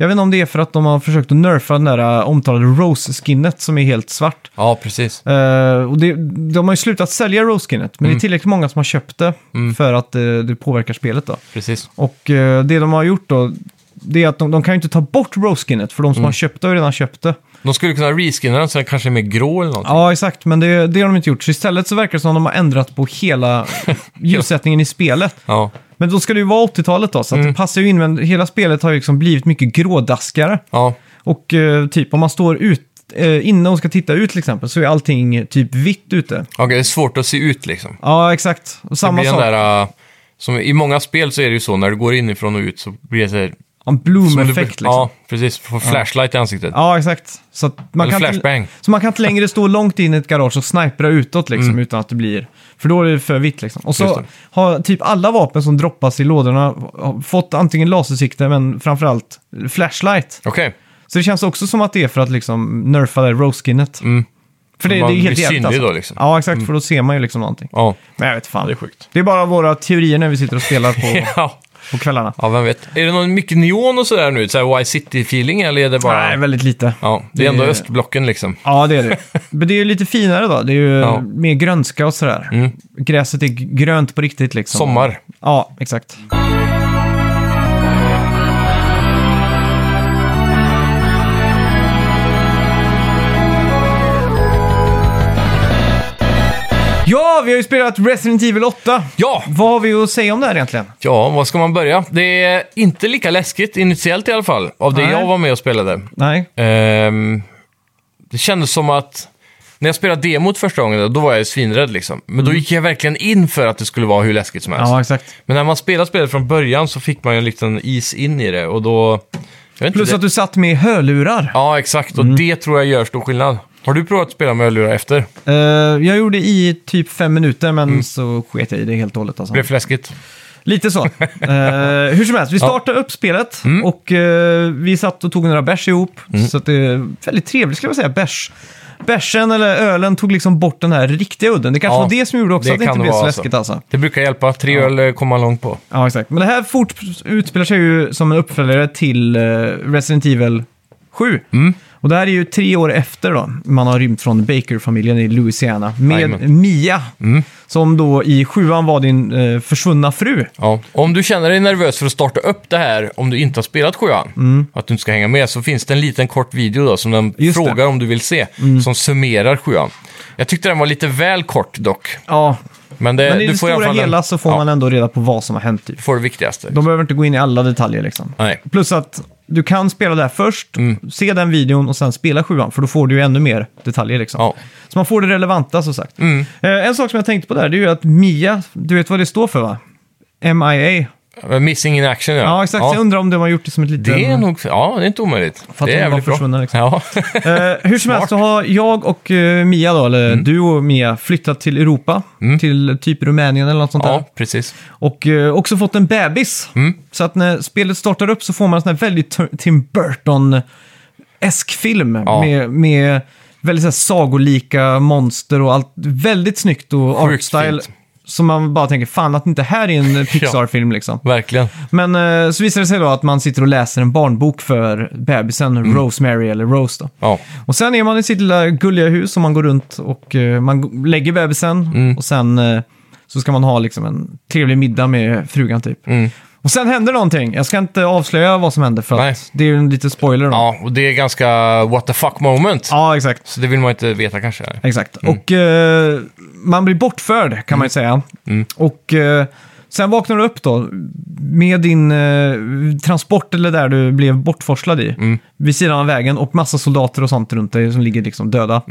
Jag vet inte om det är för att de har försökt att nerfa den där eh, omtalade Rose-skinnet som är helt svart.
Ja, precis.
Eh, och det, de har ju slutat sälja Rose-skinnet, men det är tillräckligt många som har köpt det för att eh, det påverkar spelet då.
precis.
Och eh, det de har gjort då, det är att de, de kan ju inte ta bort Rose-skinnet, för de som har köpt det har ju redan köpt det.
De skulle kunna reskinna den så den kanske är mer grå eller något.
Ja, exakt, men det, det har de inte gjort. Så istället så verkar det som att de har ändrat på hela ljussättningen i spelet.
Ja,
Men då ska det ju vara 80-talet då, så
Mm.
att det passar ju in. Men hela spelet har ju liksom blivit mycket grådaskare.
ja,
Och eh, typ om man står ut, eh, inne och ska titta ut till exempel, så är allting typ vitt ute.
okej, det är svårt att se ut liksom.
Ja, exakt. Och
Det
samma
blir den
sak.
där, äh, som I många spel så är det ju så, när du går inifrån och ut så blir det så här
en
Som du-
bloom-effekt liksom.
Ja, precis. Få flashlight i ansiktet.
Ja, exakt. Så, att man
Eller
kan
flashbang.
Inte, så man kan inte längre stå långt in i ett garage och snipra utåt liksom, utan att det blir... För då är det för vitt liksom. Och
Mm. Just
så
det.
har typ alla vapen som droppas i lådorna har fått antingen lasersikte men framförallt flashlight.
Okej.
Så det känns också som att det är för att liksom nerfa det rose-skinnet. För det, det är
Mm.
ju
Man blir
helt jävligt
synlig
alltså.
då, liksom.
Ja, exakt. För då ser man ju liksom någonting.
Ja.
Men jag vet fan.
Det är sjukt.
Det är bara våra teorier när vi sitter och spelar på,
<laughs> ja.
på kvällarna.
Ja, vem vet. Är det någon mycket neon och sådär nu? Så här Vice City-feeling eller är det bara...
Nej, väldigt lite.
Ja, det är ändå
Det-
östblocken liksom.
Ja, det är det. Men det är ju lite finare då. Det är ju
Ja. Mm.
mer grönska och sådär. Gräset är g- grönt på riktigt liksom.
Sommar.
Ja, exakt. Ja, vi har ju spelat Resident Evil 8.
Ja!
Vad har vi att säga om det här egentligen?
Ja, var ska man börja? Det är inte lika läskigt initiellt i alla fall, av det
Nej.
jag var med och spelade.
Nej.
Ehm, det kändes som att när jag spelade demot första gången, då var jag svinrädd liksom. Men då gick jag verkligen in för att det skulle vara hur läskigt som helst.
Mm. Ja, exakt.
Men när man spelar spelet från början så fick man ju en liten is in i det och då... Jag vet
Plus
inte,
att Mm.
det...
du satt med hörlurar.
Ja, exakt. Och det tror jag gör stor skillnad. Har du provat att spela med hörlurar efter?
Eh, jag gjorde i typ fem minuter, men så sket jag i det helt och hållet. Alltså.
Mm. Blev för läskigt?
Lite
<laughs>
så. Eh, hur som helst, vi startade upp spelet
Mm.
och eh, vi satt och tog några bärs ihop. Så att det är väldigt trevligt skulle jag säga, bärs. Bärsen eller ölen tog liksom bort den här riktiga udden. Det kanske
Ja,
var det som gjorde också
det
att det
kan
inte
det
blev så
vara,
läskigt alltså.
Det brukar hjälpa. Tre öl eh, kommer man långt på.
Ja, exakt. Men det här fort utspelar sig ju som en uppföljare till eh, Resident Evil 7.
Mm.
Och det här är ju tre år efter då man har rymt från Baker-familjen i Louisiana med
Jajamän. Mm.
Mia. Som då i sjuan var din eh, försvunna fru.
Ja. Om du känner dig nervös för att starta upp det här, om du inte har spelat sjuan, att du inte ska hänga med, så finns det en liten kort video då, som den
Mm. Just det. Mm.
frågar om du vill se, som summerar sjuan. Jag tyckte den var lite väl kort dock.
Ja,
Men, det,
men i
Eh, du
det
får i alla
stora
fall en-
hela så får
ja,
man ändå reda på vad som har hänt. Typ.
Du får det viktigaste.
De behöver inte gå in i alla detaljer liksom.
Nej.
Plus att du kan spela det här först,
Mm.
se den videon och sen spela sjuan, för då får du ju ännu mer detaljer liksom.
Ja. Mm.
Så man får det relevanta som sagt. Eh, en sak som jag tänkte på där, det är ju att MIA, du vet vad det står för va? MIA.
Missing in action, ja.
Ja, exakt. Så Jag undrar om de har gjort det som ett litet...
Det är nog... Ja, det är inte omöjligt.
För att
det är
de var
jävligt
försvunna, liksom. <laughs>
Ja.
Eh, hur som helst så har jag och eh, Mia då, eller
Mm.
du och Mia, flyttat till Europa. Till typ Rumänien eller något sånt där.
ja, precis.
Och eh, också fått en bebis.
Mm.
Så att när spelet startar upp så får man en sån här väldigt Tur- Tim Burton-esk film.
Ja.
Med, med väldigt så här sagolika monster och allt. Väldigt snyggt och
Sjukt
artstyle.
fint.
Som man bara tänker, fan att inte här
<laughs>
är en Pixar-film liksom.
Verkligen.
Men eh, så visar det sig då att man sitter och läser en barnbok för bebisen,
Mm.
Rosemary eller Rose då.
Ja.
Och sen är man i sitt lilla gulliga hus och man går runt och eh, man g- lägger bebisen
Mm.
och sen eh, så ska man ha liksom en trevlig middag med frugan typ.
Mm.
Och sen händer någonting. Jag ska inte avslöja vad som händer för
Nej.
att det är ju en liten spoiler då.
ja, och det är ganska what the fuck moment.
Ja, exakt.
Så det vill man inte veta kanske.
Exakt. Och eh, man blir bortförd kan man ju säga. Och eh, sen vaknar du upp då med din eh, transport eller där du blev bortforslad i. Vid sidan av vägen och massa soldater och sånt runt dig som ligger liksom döda.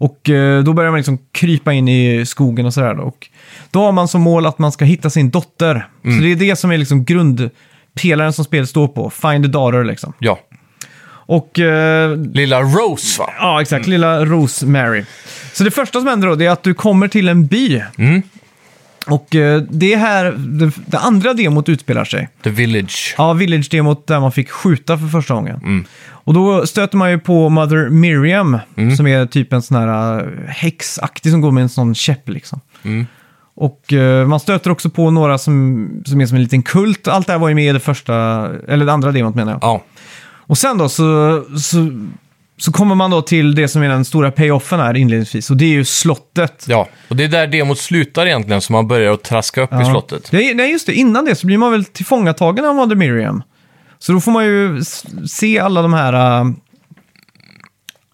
Och eh, då börjar man liksom krypa in i skogen och sådär. då. Och då har man som mål att man ska hitta sin dotter. Så det är det som är liksom grundpelaren som spelet står på. Find the daughter liksom.
Ja.
Och eh,
Lilla Rose, va?
Ja, exakt. Lilla Rosemary. Så det första som händer då, det är att du kommer till en by. Och eh, det är här det, det andra demot utspelar sig.
The Village.
Ja, Village-demot där man fick skjuta för första gången. Och då stöter man ju på Mother Miriam, som är typ en sån här eh, häxaktig som går med en sån käpp liksom. Och eh, man stöter också på några som, som är som en liten kult. Allt det här var ju med i det första, eller det andra demot menar jag.
Ja.
Och sen då så, så, så kommer man då till det som är den stora payoffen här inledningsvis. Och det är ju slottet.
Ja, och det är där demot slutar egentligen, så man börjar att traska upp i
Ja.
slottet.
Det är, nej, just det. Innan det så blir man väl tillfångatagen av Mother Miriam. Så då får man ju s- se alla de här... äh,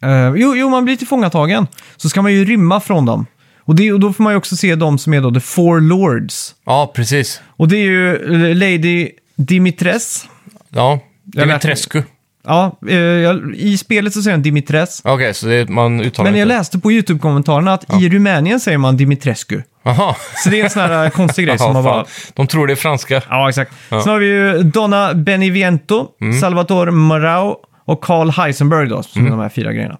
eh, jo, jo, man blir tillfångatagen. Så ska man ju rymma från dem. Och, det, och då får man ju också se de som är då The Four Lords.
Ja, precis.
Och det är ju eh, Lady Dimitres.
Ja, det
Jag
är
lät-
med Trescu.
Ja, eh, jag- i spelet så säger han Dimitres.
Okej, så det, är- man uttalar
Men jag
inte.
läste på YouTube-kommentarerna att i Rumänien säger man Dimitrescu.
Jaha.
Så det är en sån här eh, konstig grej som
<laughs> Ja,
man bara...
fan. De tror det är franska.
Ja, exakt. Sen har vi ju Donna Benevento,
Mm.
Salvatore Morau och Carl Heisenberg då, som är de här fyra grejerna.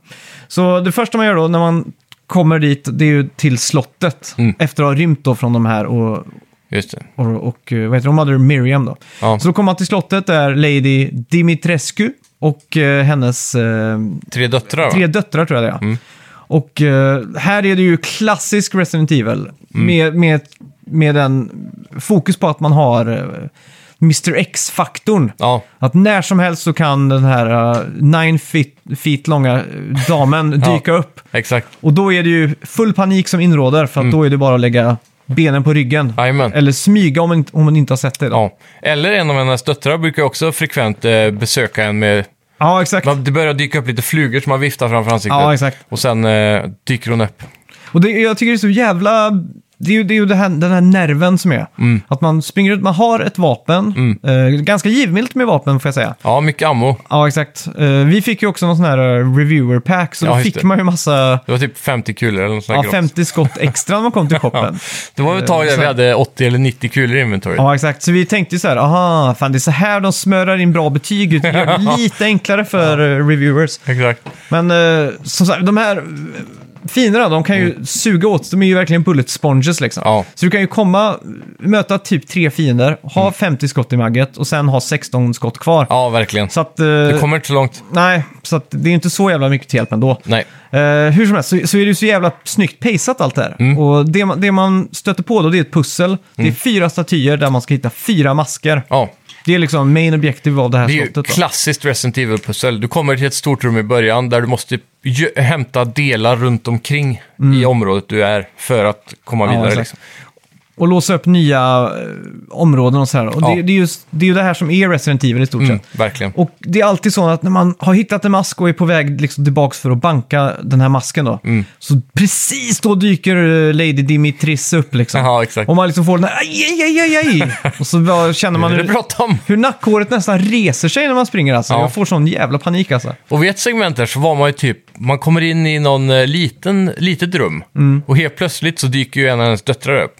Så det första man gör då när man kommer dit, det är ju till slottet.
Mm.
Efter att ha rymt då från de här och,
Just det.
och, och eh, vad heter de hade Miriam då.
Ja.
Så då kommer man till slottet där Lady Dimitrescu och eh, hennes eh,
Tre döttrar va?
tre döttrar tror jag det är.
Mm.
Och eh, här är det ju klassisk Resident Evil.
Mm.
Med, med, med den fokus på att man har eh, Mr. X-faktorn.
Ja.
Att när som helst så kan den här eh, nine feet, feet långa eh, damen
<laughs> Ja.
dyka upp.
Exakt.
Och då är det ju full panik som inråder för att
Mm.
då är det bara att lägga benen på ryggen.
Jajamän.
Eller smyga om man, inte- om man inte har sett det. Då.
Ja. Eller en av hennes döttrar brukar ju också frekvent eh, besöka en med...
ja exakt.
Man- Det börjar dyka upp lite flugor som man viftar framför ansiktet.
Ja, exakt.
Och sen eh, dyker hon upp.
Och det, jag tycker det är så jävla... Det är ju, det är ju det här, den här nerven som är.
Mm.
Att man springer ut, man har ett vapen. Eh, ganska givmilt med vapen får jag säga.
Ja, mycket ammo.
Ja, exakt. Eh, vi fick ju också någon sån här eh, reviewer pack, så
Ja,
då
just
fick
det.
man ju massa...
Det var typ 50 kulor eller något sånt
Ja,
där grovt.
50 skott extra när man
<laughs>
kom till shoppen.
Det var ju ett tag där vi
Så-
hade 80 eller 90 kulor i inventoriet.
Ja, exakt. Så vi tänkte ju så här, aha, fan det är så här de smörar in bra betyg ut. Det gör
<laughs>
det lite enklare för eh, reviewers.
Exakt.
Men eh, som sagt, de här eh, finerna, de kan ju suga åt. De är ju verkligen bullet sponges liksom.
Mm. Ja.
Så du kan ju komma, möta typ tre fiender, ha 50 skott i magget och sen ha 16 skott kvar.
Mm. Ja, verkligen.
Så att... eh,
Det kommer inte så långt.
Nej, så att det är inte så jävla mycket till hjälp ändå.
Nej.
Eh, hur som helst så, så är det ju så jävla snyggt paceat allt det här.
Mm.
Och det man, det man stöter på då, det är ett pussel. Det är fyra statyer där man ska hitta fyra masker.
Ja.
Det är liksom main objective av det här
Det är ju
slottet. då.
klassiskt Resident Evil-pussel. Du kommer till ett stort rum i början där du måste gö- hämta delar runt omkring i området du är för att komma
Mm. Ja,
vidare.
exakt.
liksom.
Och låsa upp nya eh, områden och så här. Och
Ja.
det, det, är just, det är ju det här som är Resident Evil i stort
Mm,
sett.
verkligen.
Och det är alltid så att när man har hittat en mask och är på väg liksom tillbaka för att banka den här masken då.
Mm.
Så precis då dyker eh, Lady Dimitris upp liksom.
Ja, exakt.
Och man liksom får den här aj, aj, aj, aj, aj. Och så bara känner man
Nu är det
hur,
bråttom!
hur nackhåret nästan reser sig när man springer alltså.
Ja.
Jag får sån jävla panik alltså.
Och vid ett segment där så var man ju typ, man kommer in i någon eh, liten, litet rum
Mm.
och helt plötsligt så dyker ju en av hennes döttrar upp.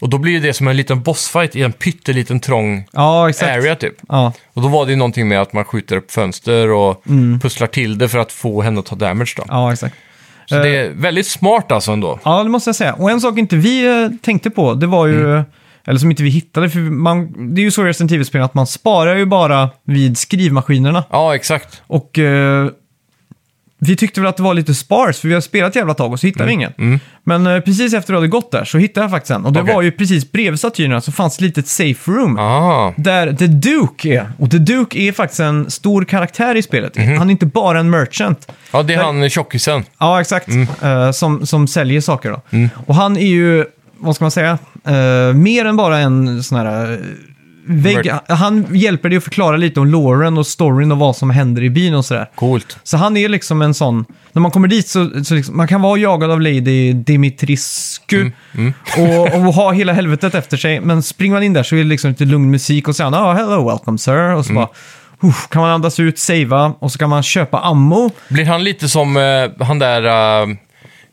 Och då blir ju det som en liten bossfight i en pytteliten trång
Ja, exakt.
area typ.
Ja.
Och då var det ju någonting med att man skjuter upp fönster och pusslar till det för att få henne att ta damage då.
Mm. ja, exakt. Eh,
Så det är väldigt smart alltså ändå.
Ja, det måste jag säga. Och en sak inte vi eh, tänkte på, det var ju... Eller som inte vi hittade, för man, det är ju så i Resident Evil-spelen att man sparar ju bara vid skrivmaskinerna.
Ja, exakt.
Och eh, vi tyckte väl att det var lite spars, för vi har spelat jävla tag och så hittade vi ingen. Men eh, precis efter vi hade gått där så hittade jag faktiskt en. Och det
Okej.
var ju precis bredvid statyerna så fanns ett litet safe room.
Ah,
Där The Duke är. Och The Duke är faktiskt en stor karaktär i spelet. Han är inte bara en merchant.
ja, det är
Där-
han eh, tjockisen.
Ja, exakt. Eh, som, som säljer saker då. Och han är ju, vad ska man säga, eh, mer än bara en sån här eh, vägg.
Mer-
Han hjälper dig att förklara lite om Lauren och storyn och vad som händer i byn och sådär.
Coolt.
Så han är liksom en sån, när man kommer dit så, så liksom, man kan vara jagad av Lady Dimitriscu Och, och ha hela helvetet efter sig. Men springer man in där så är det liksom lite lugn musik och sen oh, hello, welcome sir. Och så bara, "Uff", kan man andas ut, savea och så kan man köpa ammo.
Blir han lite som eh, han där eh,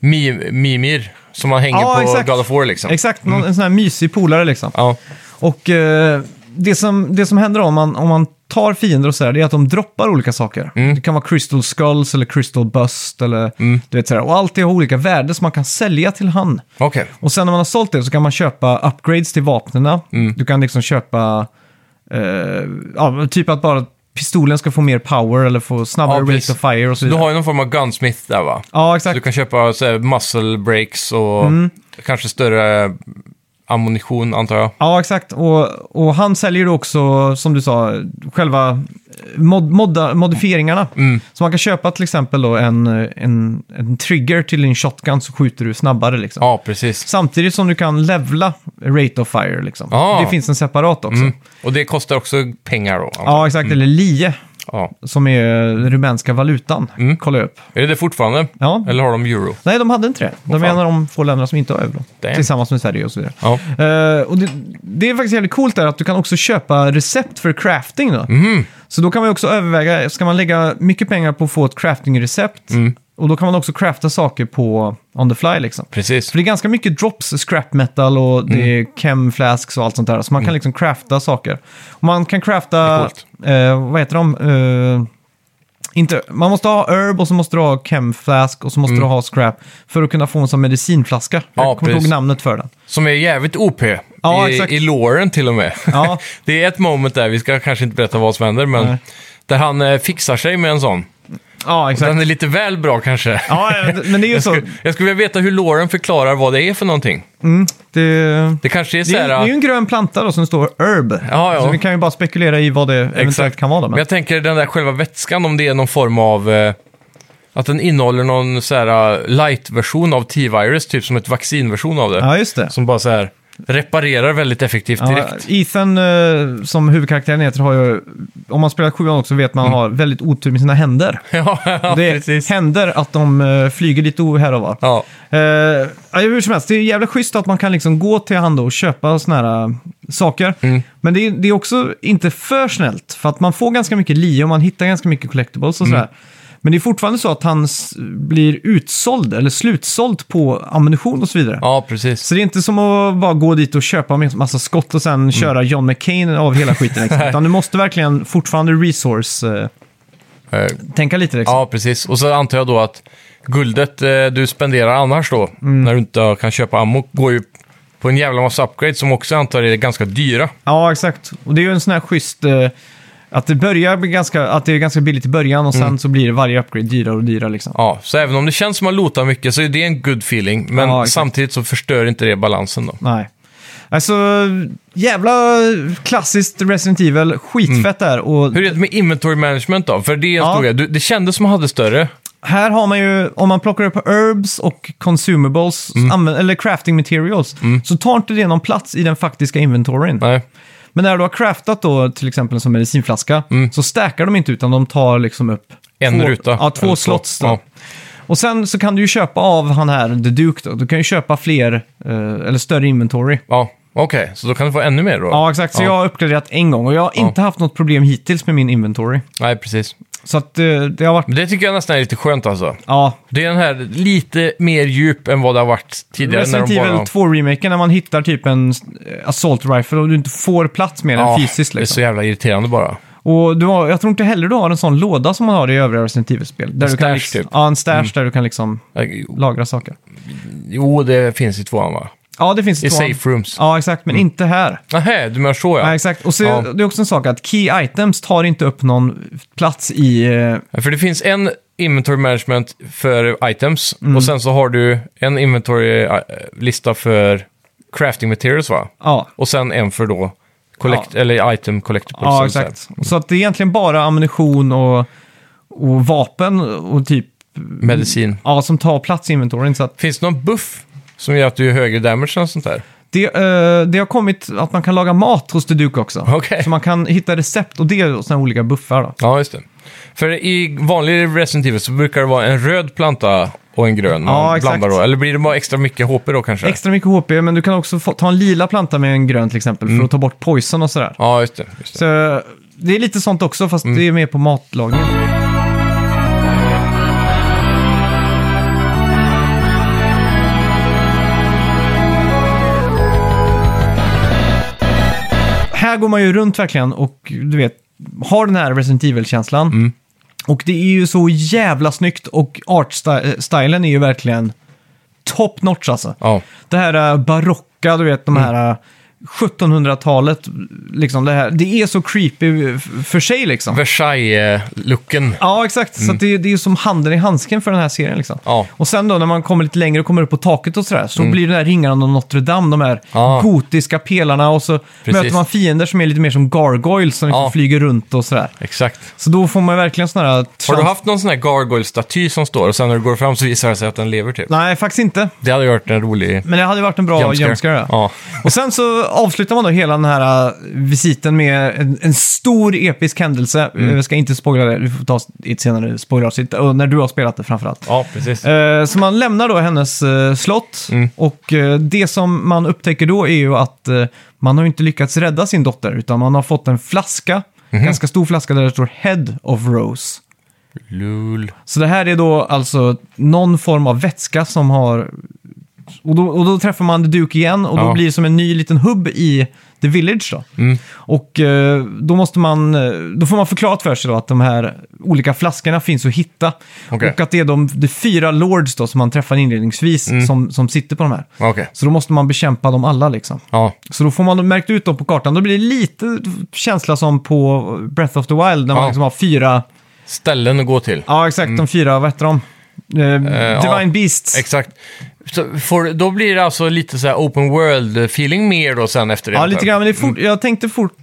Mi- Mimir som man hänger
Ja,
på
exakt.
God of War liksom?
Exakt, någon, en sån här mysig polare liksom.
Ja,
Och eh, det, som, det som händer om man, om man tar fiender och sådär, det är att de droppar olika saker.
Mm.
Det kan vara crystal skulls eller crystal bust eller du vet sådär. Och allt det har olika värde som man kan sälja till han.
okej.
Och sen när man har sålt det så kan man köpa upgrades till vapnena.
Mm.
Du kan liksom köpa, eh, ja, typ att bara pistolen ska få mer power eller få snabbare
Ja,
rate
precis.
of fire och så
Du
vidare.
har ju någon form av gunsmith där va?
Ja,
Så
exakt. Mm.
du kan köpa så här, muscle breaks och kanske större eh, ammunition antar jag.
Ja, exakt. Och, och han säljer ju också, som du sa, själva eh, mod, modda, modifieringarna.
Mm.
Så man kan köpa till exempel då en, en, en trigger till din shotgun så skjuter du snabbare. Liksom.
Ja, precis.
Samtidigt som du kan levla rate of fire. Liksom.
Ah.
Det finns en separat också.
Mm. Och det kostar också pengar då? antar jag.
Ja, exakt. Eller lie,
Ja.
som är eh, den rumänska valutan.
Mm.
Kolla upp.
Är det det fortfarande?
Ja.
Eller har de euro?
Nej, de hade inte det. De är
fan.
en av de få länderna som inte har euro.
Damn.
Tillsammans med Sverige och så vidare.
Ja.
Eh, och det, det är faktiskt jävligt coolt där att du kan också köpa recept för
Mhm. Mm.
crafting. Då. Så då kan man ju också överväga, ska man lägga mycket pengar på att få ett crafting-recept? Och då kan man också crafta saker på on the fly liksom.
Precis.
För det är ganska mycket drops, scrap metal och
Mm.
det är chem flasks och allt sånt där. Så man kan liksom crafta saker. Och man kan
Det är
crafta,
coolt.
eh, vad heter de? Eh, inte, man måste ha herb och så måste du ha chem flask och så måste du ha scrap för att kunna få en sån medicinflaska. Jag
Mm.
kommer
Ja,
inte ihåg
precis.
namnet för den.
Som är jävligt OP.
Ja,
I,
exakt.
I låren till och med.
Ja.
<laughs> det är ett moment där, vi ska kanske inte berätta vad som händer, men
Nej.
där han eh, fixar sig med en sån.
Ja, exakt.
Den är lite väl bra kanske.
Ja, ja, men det är ju
Jag
så.
skulle, <laughs> jag skulle vilja veta hur låren förklarar vad det är för någonting.
Mm, det...
Det kanske är
Det är,
såhär...
det är ju en grön planta då som står herb.
Ja, ja.
Så vi kan ju bara spekulera i vad det eventuellt kan vara. Då,
Men
men.
jag tänker den där själva vätskan, om det är någon form av... Eh, att den innehåller någon så här eh, light-version av T-virus, typ som ett vaccinversion av det.
Ja, just det.
Som bara så här reparerar väldigt effektivt
Ja,
direkt. <laughs>
Ethan, eh, som huvudkaraktären heter, har ju, om man spelar sjuan också vet man har väldigt otur med sina händer.
Ja, Mm. <laughs> ja
det
precis.
händer att de eh, flyger lite o- här och var.
Ja,
Eh, ja, hur som helst, det är jävla schysst att man kan liksom gå till han då och köpa såna här eh, saker. Men det är, det är också inte för snällt, för att man får ganska mycket li och man hittar ganska mycket collectibles och sådär. Men det är fortfarande så att han s- blir utsåld, eller slutsåld på ammunition och så vidare.
ja, precis.
Så det är inte som att bara gå dit och köpa en massa skott och sen köra John McCain av hela skiten. Liksom. Utan du måste verkligen fortfarande resource-tänka
Eh,
lite. Liksom.
Ja, precis. Och så antar jag då att guldet eh, du spenderar annars då,
Mm.
när du inte kan köpa ammo, går ju på en jävla massa upgrades som också jag antar är ganska dyra.
Ja, exakt. Och det är ju en sån här schysst... eh, att det, börjar bli ganska, att det är ganska billigt i början och sen så blir det varje upgrade dyrare och dyrare. Liksom.
Ja, så även om det känns som att man lotar mycket så är det en good feeling, men
Ja, exakt.
samtidigt så förstör inte det balansen då.
Nej. Alltså, jävla klassiskt Resident Evil. Skitfett där. Och
Hur är det med inventory management då? För det är en
Ja.
stor grej. Du- Det kändes som man hade större.
här har man ju, om man plockar upp herbs och consumables, anvä- eller crafting materials, så tar inte det någon plats i den faktiska inventoryn.
Nej,
Men när du har craftat då till exempel som medicinflaska så stackar de inte utan de tar liksom upp
Mm. en
två,
ruta.
Ja,
Eller
två slots då.
Ja.
Och sen så kan du ju köpa av han här The Duke då. Du kan ju köpa fler eh, eller större inventory.
ja. Okej, så då kan du få ännu mer då?
Ja, exakt. Så jag har uppgraderat en gång och jag har inte haft något problem hittills med min inventory.
Nej, precis.
Så att eh, det har varit...
Men det tycker jag nästan är lite skönt alltså.
Ja,
Det är den här lite mer djup än vad det har varit tidigare.
Resident
när de
Evil
bara...
2-remaken när man hittar typ en eh, assault rifle och du inte får plats med den
Ja,
fysiskt.
det är så
Liksom.
jävla irriterande bara.
Och du har, jag tror inte heller du har en sån låda som man har i övriga Resident Evil-spel. Där
En
du kan
stash,
liksom,
typ.
Ja, en stash där du kan liksom lagra saker.
Jo, det finns i tvåan va?
Ja, det finns
I
tvåan.
safe rooms.
Ja, exakt, men inte här.
Nähä, du menar så ja.
Ja, exakt. Och så,
Ja.
det är också en sak att key items tar inte upp någon plats i... eh,
Ja, För det finns en inventory management för items
Mm.
och sen så har du en inventory-lista för crafting materials va?
Ja,
Och sen en för då collect, eller item collectibles.
ja
och så här.
exakt. Så att det är egentligen bara ammunition och, och vapen och typ...
Medicin.
Ja, som tar plats i inventoryn. Så att
Finns det någon buff som gör att du är högre damage eller sånt där?
Det, eh, det har kommit att man kan laga mat hos The Duke också.
Okej.
Så man kan hitta recept och det är sådana olika buffar. Då.
Ja, just det. För i vanlig Resident Evil så brukar det vara en röd planta och en grön. Man
Ja, exakt.
blandar då. Eller blir det bara extra mycket HP då kanske?
Extra mycket HP, men du kan också få, ta en lila planta med en grön till exempel för att ta bort poison och sådär.
ja, just det. Just det.
Så det är lite sånt också, fast det är mer på matlagning. Här går man ju runt verkligen och du vet, har den här Resident Evil-känslan. Och det är ju så jävla snyggt och artstylen är ju verkligen top notch alltså.
Ja.
Det här eh, barocka, du vet, de
Mm.
här eh, 1700-talet, liksom det här. Det är så creepy f- för sig liksom.
Versailles-looken.
Ja, exakt. Så att det, det är ju som handen i handsken för den här serien liksom.
Mm. Ja. Mm.
Och sen då när man kommer lite längre och kommer upp på taket och sådär, så blir det där ringarna av Notre Dame, de här
Ja.
gotiska pelarna och så
Precis.
möter man fiender som är lite mer som gargoyles som liksom
Ja.
flyger runt och sådär.
Exakt.
Så då får man verkligen sådana här...
Har du
trans-
haft någon sån här gargoyle-staty som står och sen när du går fram så visar det sig att den lever typ?
Nej, faktiskt inte.
Det hade ju varit en rolig
Men det hade varit en bra jumpscare. ja.
Ja.
Och sen så avslutar man då hela den här äh, visiten med en, en stor episk händelse. Jag ska inte spoila det, du får ta i ett senare spoileravsnitt. Och när du har spelat det framförallt.
ja, precis.
Eh, Så man lämnar då hennes eh, slott och eh, det som man upptäcker då är ju att eh, man har ju inte lyckats rädda sin dotter utan man har fått en flaska, ganska stor flaska där det står Head of Rose.
Lul.
Så det här är då alltså någon form av vätska som har... Och då, och då träffar man The Duke igen och då
Ja. Mm.
blir det som en ny liten hubb i The Village då. Och eh, då måste man... eh, Då får man förklarat för sig då att de här olika flaskorna finns att hitta.
Okej.
Och att det är de, de fyra lords då som man träffar inledningsvis
Mm.
som, som sitter på de här.
Okej.
Så då måste man bekämpa dem alla liksom.
Ja.
Så då får man märkt ut dem på kartan. Då blir det lite känsla som på Breath of the Wild, där man
Ja.
liksom har fyra...
Ställen att gå till.
Ja, exakt. De fyra, vad heter de? Eh, Divine
Mm. ja.
Beasts.
Exakt. Så får, då blir det alltså lite så här open world-feeling mer då sen efter det.
ja, lite grann. Men det är
Mm.
fort, jag tänkte fort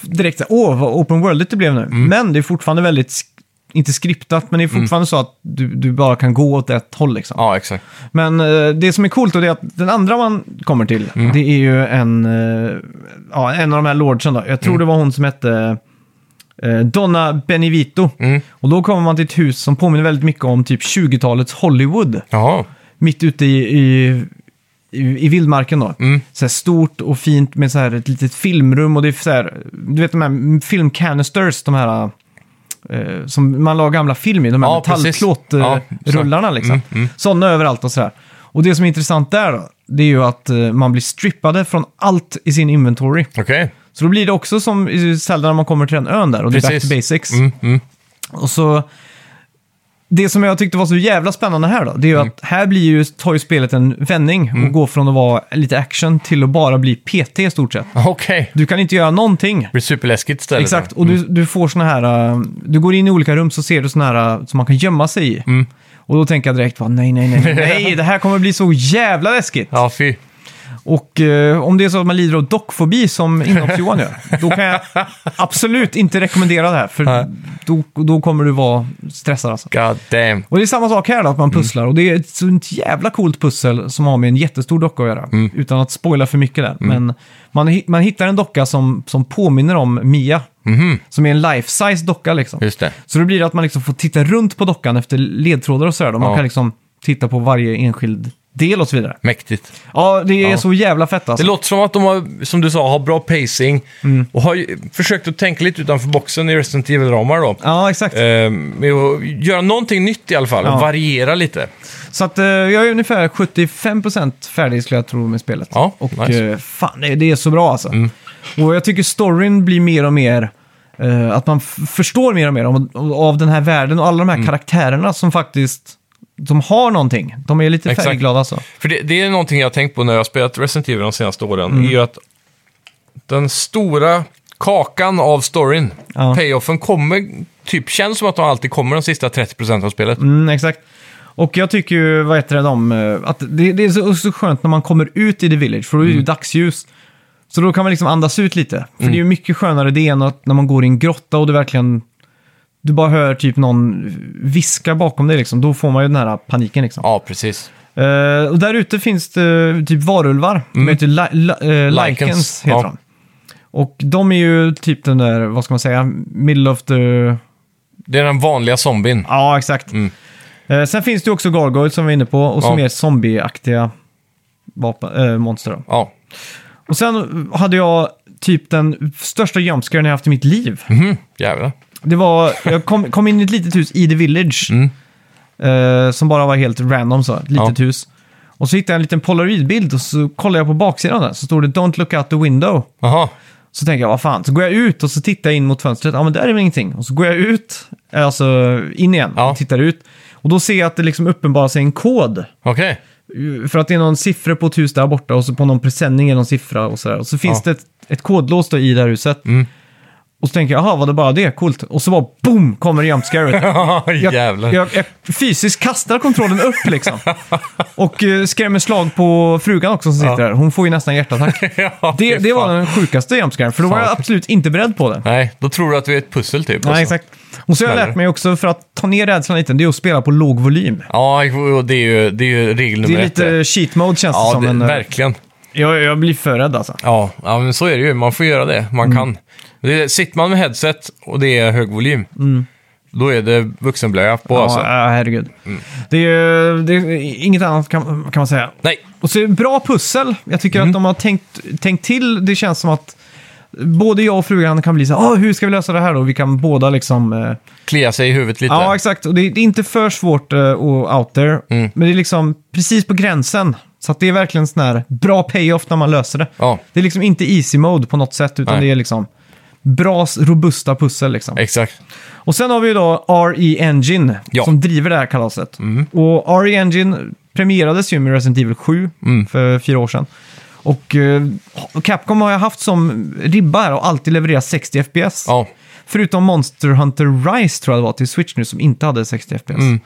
direkt så här, åh, vad open world det blev nu.
Mm.
Men det är fortfarande väldigt, sk- inte skriptat, men det är fortfarande så att du, du bara kan gå åt ett håll liksom.
Ja, exakt.
Men eh, det som är coolt och det är att den andra man kommer till,
Mm.
det är ju en, eh, ja, en av de här lordsen då. Jag
Mm.
tror det var hon som hette eh, Donna Benevito.
Mm.
Och då kommer man till ett hus som påminner väldigt mycket om typ 20-talets Hollywood.
Jaha.
Mitt ute i, i, i, i vildmarken då.
Mm.
Så här stort och fint med så här ett litet filmrum och det är så här, du vet de här filmcanisters, de här eh, som man la gamla film i, de här
Ja, precis.
metallplåtrullarna
Ja, så. Mm,
liksom. Sådana överallt och sådär. Och det som är intressant där då, det är ju att eh, man blir strippade från allt i sin inventory.
Okej.
Så då blir det också som i Zelda när man kommer till den ön där och det är back
Precis.
to basics.
Mm, mm.
Och så... Det som jag tyckte var så jävla spännande här då, det är
Mm.
ju att här blir ju, tar ju spelet en vändning och går från att vara lite action till att bara bli PT i stort sett.
Okej.
Du kan inte göra någonting.
blir superläskigt istället.
Exakt, och
Mm.
du, du får såna här... äh, Du går in i olika rum så ser du såna här äh, som man kan gömma sig i.
Mm.
Och då tänker jag direkt, va, nej, nej, nej,
<laughs>
nej, det här kommer bli så jävla läskigt.
Ja, fy.
Och eh, om det är så att man lider av dockfobi
<laughs>
som Inhops-Johan gör, då kan jag absolut inte rekommendera det här. För
Nej.
då, då kommer du vara stressad alltså.
God damn.
Och det är samma sak här då, att man
Mm.
pusslar. Och det är ett sånt jävla coolt pussel som har med en jättestor docka att göra.
Mm.
Utan att spoila för mycket där. Men man, hi- man hittar en docka som, som påminner om Mia. Som är en life-size docka liksom.
Mhm. Just det.
Så det blir det att man liksom får titta runt på dockan efter ledtrådar och sådär. då. Man
Ja.
kan liksom titta på varje enskild del och så vidare.
Mäktigt.
Ja, det är
Ja.
så jävla fett alltså.
Det låter som att de har, som du sa, har bra pacing
Mm.
och har ju försökt att tänka lite utanför boxen i Resident Evil-ramar då.
Ja, exakt.
Eh, med att göra någonting nytt i alla fall,
Ja.
variera lite.
Så att eh, jag är ungefär 75% färdig skulle jag tro med spelet.
Ja,
och
nice. Mm.
eh, fan, det, det är så bra alltså. Och jag tycker storyn blir mer och mer, eh, att man f- förstår mer och mer om, av den här världen och alla de här
Mm.
karaktärerna som faktiskt, de har någonting. De är lite
Exakt.
färgglada alltså.
För det, det är någonting jag har tänkt på när jag har spelat Resident Evil de senaste åren,
Mm.
är ju att den stora kakan av storyn,
Ja.
payoffen, kommer, typ känns som att de alltid kommer de sista 30% av spelet.
Mm, exakt. Och jag tycker ju, vad heter det, de, eh, att det, det är så, så skönt när man kommer ut i The Village, för då är
Mm.
det ju dagsljus. Så då kan man liksom andas ut lite. För
Mm.
det är ju mycket skönare det än att när man går i en grotta och det verkligen... Du bara hör typ någon viska bakom dig liksom. Då får man ju den här paniken liksom.
Ja, precis.
Eh, och där ute finns det typ varulvar. De heter li, li, eh, Lycans,
Mm. Lycans,
heter
ja.
de. Och de är ju typ den där, vad ska man säga, middle of the...
Det är den vanliga zombien.
Ja, exakt. Eh, sen finns det ju också Gargoyles som vi var inne på och som
Mm. Ja.
är zombieaktiga vapen, eh, monster. Då.
Ja.
Och sen hade jag typ den största jumpscaren jag haft i mitt liv.
Mhm, jävlar.
Det var, jag kom, kom in i ett litet hus i The Village. Eh, som bara var helt random så, ett litet
Mm. Ja.
hus. Och så hittade jag en liten polaroidbild och så kollade jag på baksidan där. Så stod det “Don't look out the window”.
Jaha.
Så tänker jag, vad fan. Så går jag ut och så tittar jag in mot fönstret. Ja, men där är väl ingenting. Och så går jag ut, alltså in igen
Ja.
och tittar ut. Och då ser jag att det liksom uppenbarar sig en kod.
Okej. <laughs>
Uh, För att det är någon siffra på ett hus där borta och så på någon presenning är någon siffra och sådär. Och så finns
Ja. Mm.
det ett, ett kodlås då i det här huset. Och så tänker jag, jaha, var det bara det? Coolt. Och så bara boom, kommer
<laughs>
jumpscaret. <laughs> Jag,
jävlar.
jag, jag fysiskt kastar kontrollen upp
<laughs>
liksom. Och eh, skrämmer slag på frugan också som sitter där. Hon får ju nästan hjärtattack.
<laughs> Ja,
Det,
fy
det
fan.
var den sjukaste jumpscaren, för då var
Fan.
jag absolut inte beredd på det.
Nej, då tror du att vi är ett pussel typ. och så.
Nej, exakt. Och så har jag
Smäller.
lärt mig också, för att ta ner rädslan lite, det är att spela på låg volym.
Ja, och det är ju, det är ju regel
Det
nummer
är
ett. där.
lite cheat mode känns det
Ja,
som.
det,
men, eh,
verkligen.
jag, jag blir för rädd alltså.
Ja, ja, men så är det ju. Man får göra det.
Mm.
Man kan. Det, sitter man med headset och det är hög volym, då är det vuxenblöja på
Mm. Ja,
alltså.
ja, herregud. Det är ju det är, inget annat kan, kan man säga.
Nej, Mm.
Och så är det bra pussel. Jag tycker att de har tänkt, tänkt till. Det känns som att både jag och frugan kan bli så här, "Ah, hur ska vi lösa det här då? Vi kan båda liksom... eh,
Klia sig i huvudet lite.
Ja, exakt. Och det, det är inte för svårt eh, och out there,
Mm.
men det är liksom precis på gränsen. Så att det är verkligen sån här bra payoff när man löser det.
Ja,
Det är liksom inte easy mode på något sätt, utan
Nej.
det är liksom bra, s- robusta pussel liksom.
exakt.
Och sen har vi ju då RE Engine
Ja. Mm.
som driver det här kalaset. Och RE Engine premierades ju med Resident Evil 7
Mm.
för fyra år sedan. Och eh, Capcom har ju haft som ribba här och alltid levererat 60 FPS.
Ja,
Förutom Monster Hunter Rise tror jag det var till Switch nu som inte hade 60 FPS.
Mm.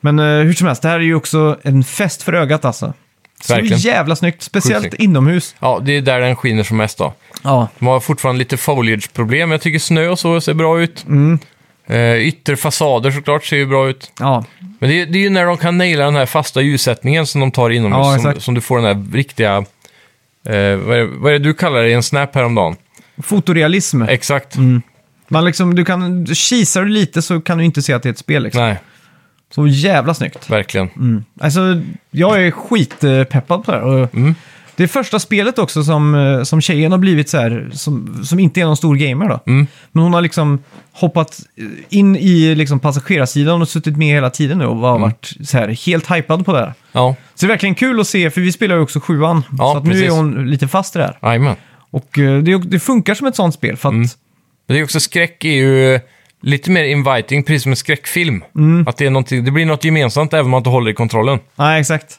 Men eh, hur som helst, det här är ju också en fest för ögat alltså. Så
Verkligen.
jävla snyggt, speciellt
Sjukt
inomhus.
ja, det är där den skiner som mest då.
Ja.
De har fortfarande lite foliage-problem. Jag tycker snö och så ser bra ut.
Mm.
Eh, ytterfasader såklart ser ju bra ut.
Ja,
Men det, är- det är ju när de kan naila den här fasta ljussättningen som de tar inomhus
Ja,
som,
exakt.
som du får den här riktiga... Eh, vad, är, vad är det du kallar det i en snap häromdagen?
fotorealism.
Exakt.
Man liksom, du kan, kisar du lite så kan du inte se att det är ett spel liksom.
Nej,
Så jävla snyggt.
verkligen.
Alltså, jag är skitpeppad på det här. Och
Mm.
Det är första spelet också som, eh, som tjejen har blivit så här, som, som inte är någon stor gamer då.
Mm.
Men hon har liksom hoppat eh, in i liksom passagerarsidan och suttit med hela tiden nu och
Mm.
har varit så här helt hypad på det här.
Ja,
Så det är verkligen kul att se, för vi spelar ju också sjuan.
Ja,
så att nu är
precis.
hon lite fast i det här.
jajamän.
Och eh, det, det funkar som ett sånt spel, för att
Mm. Men det är också skräck är ju eh, lite mer inviting, precis som en skräckfilm.
Mm.
Att det, är någonting- det blir något gemensamt även om man inte håller i kontrollen.
Nej, exakt.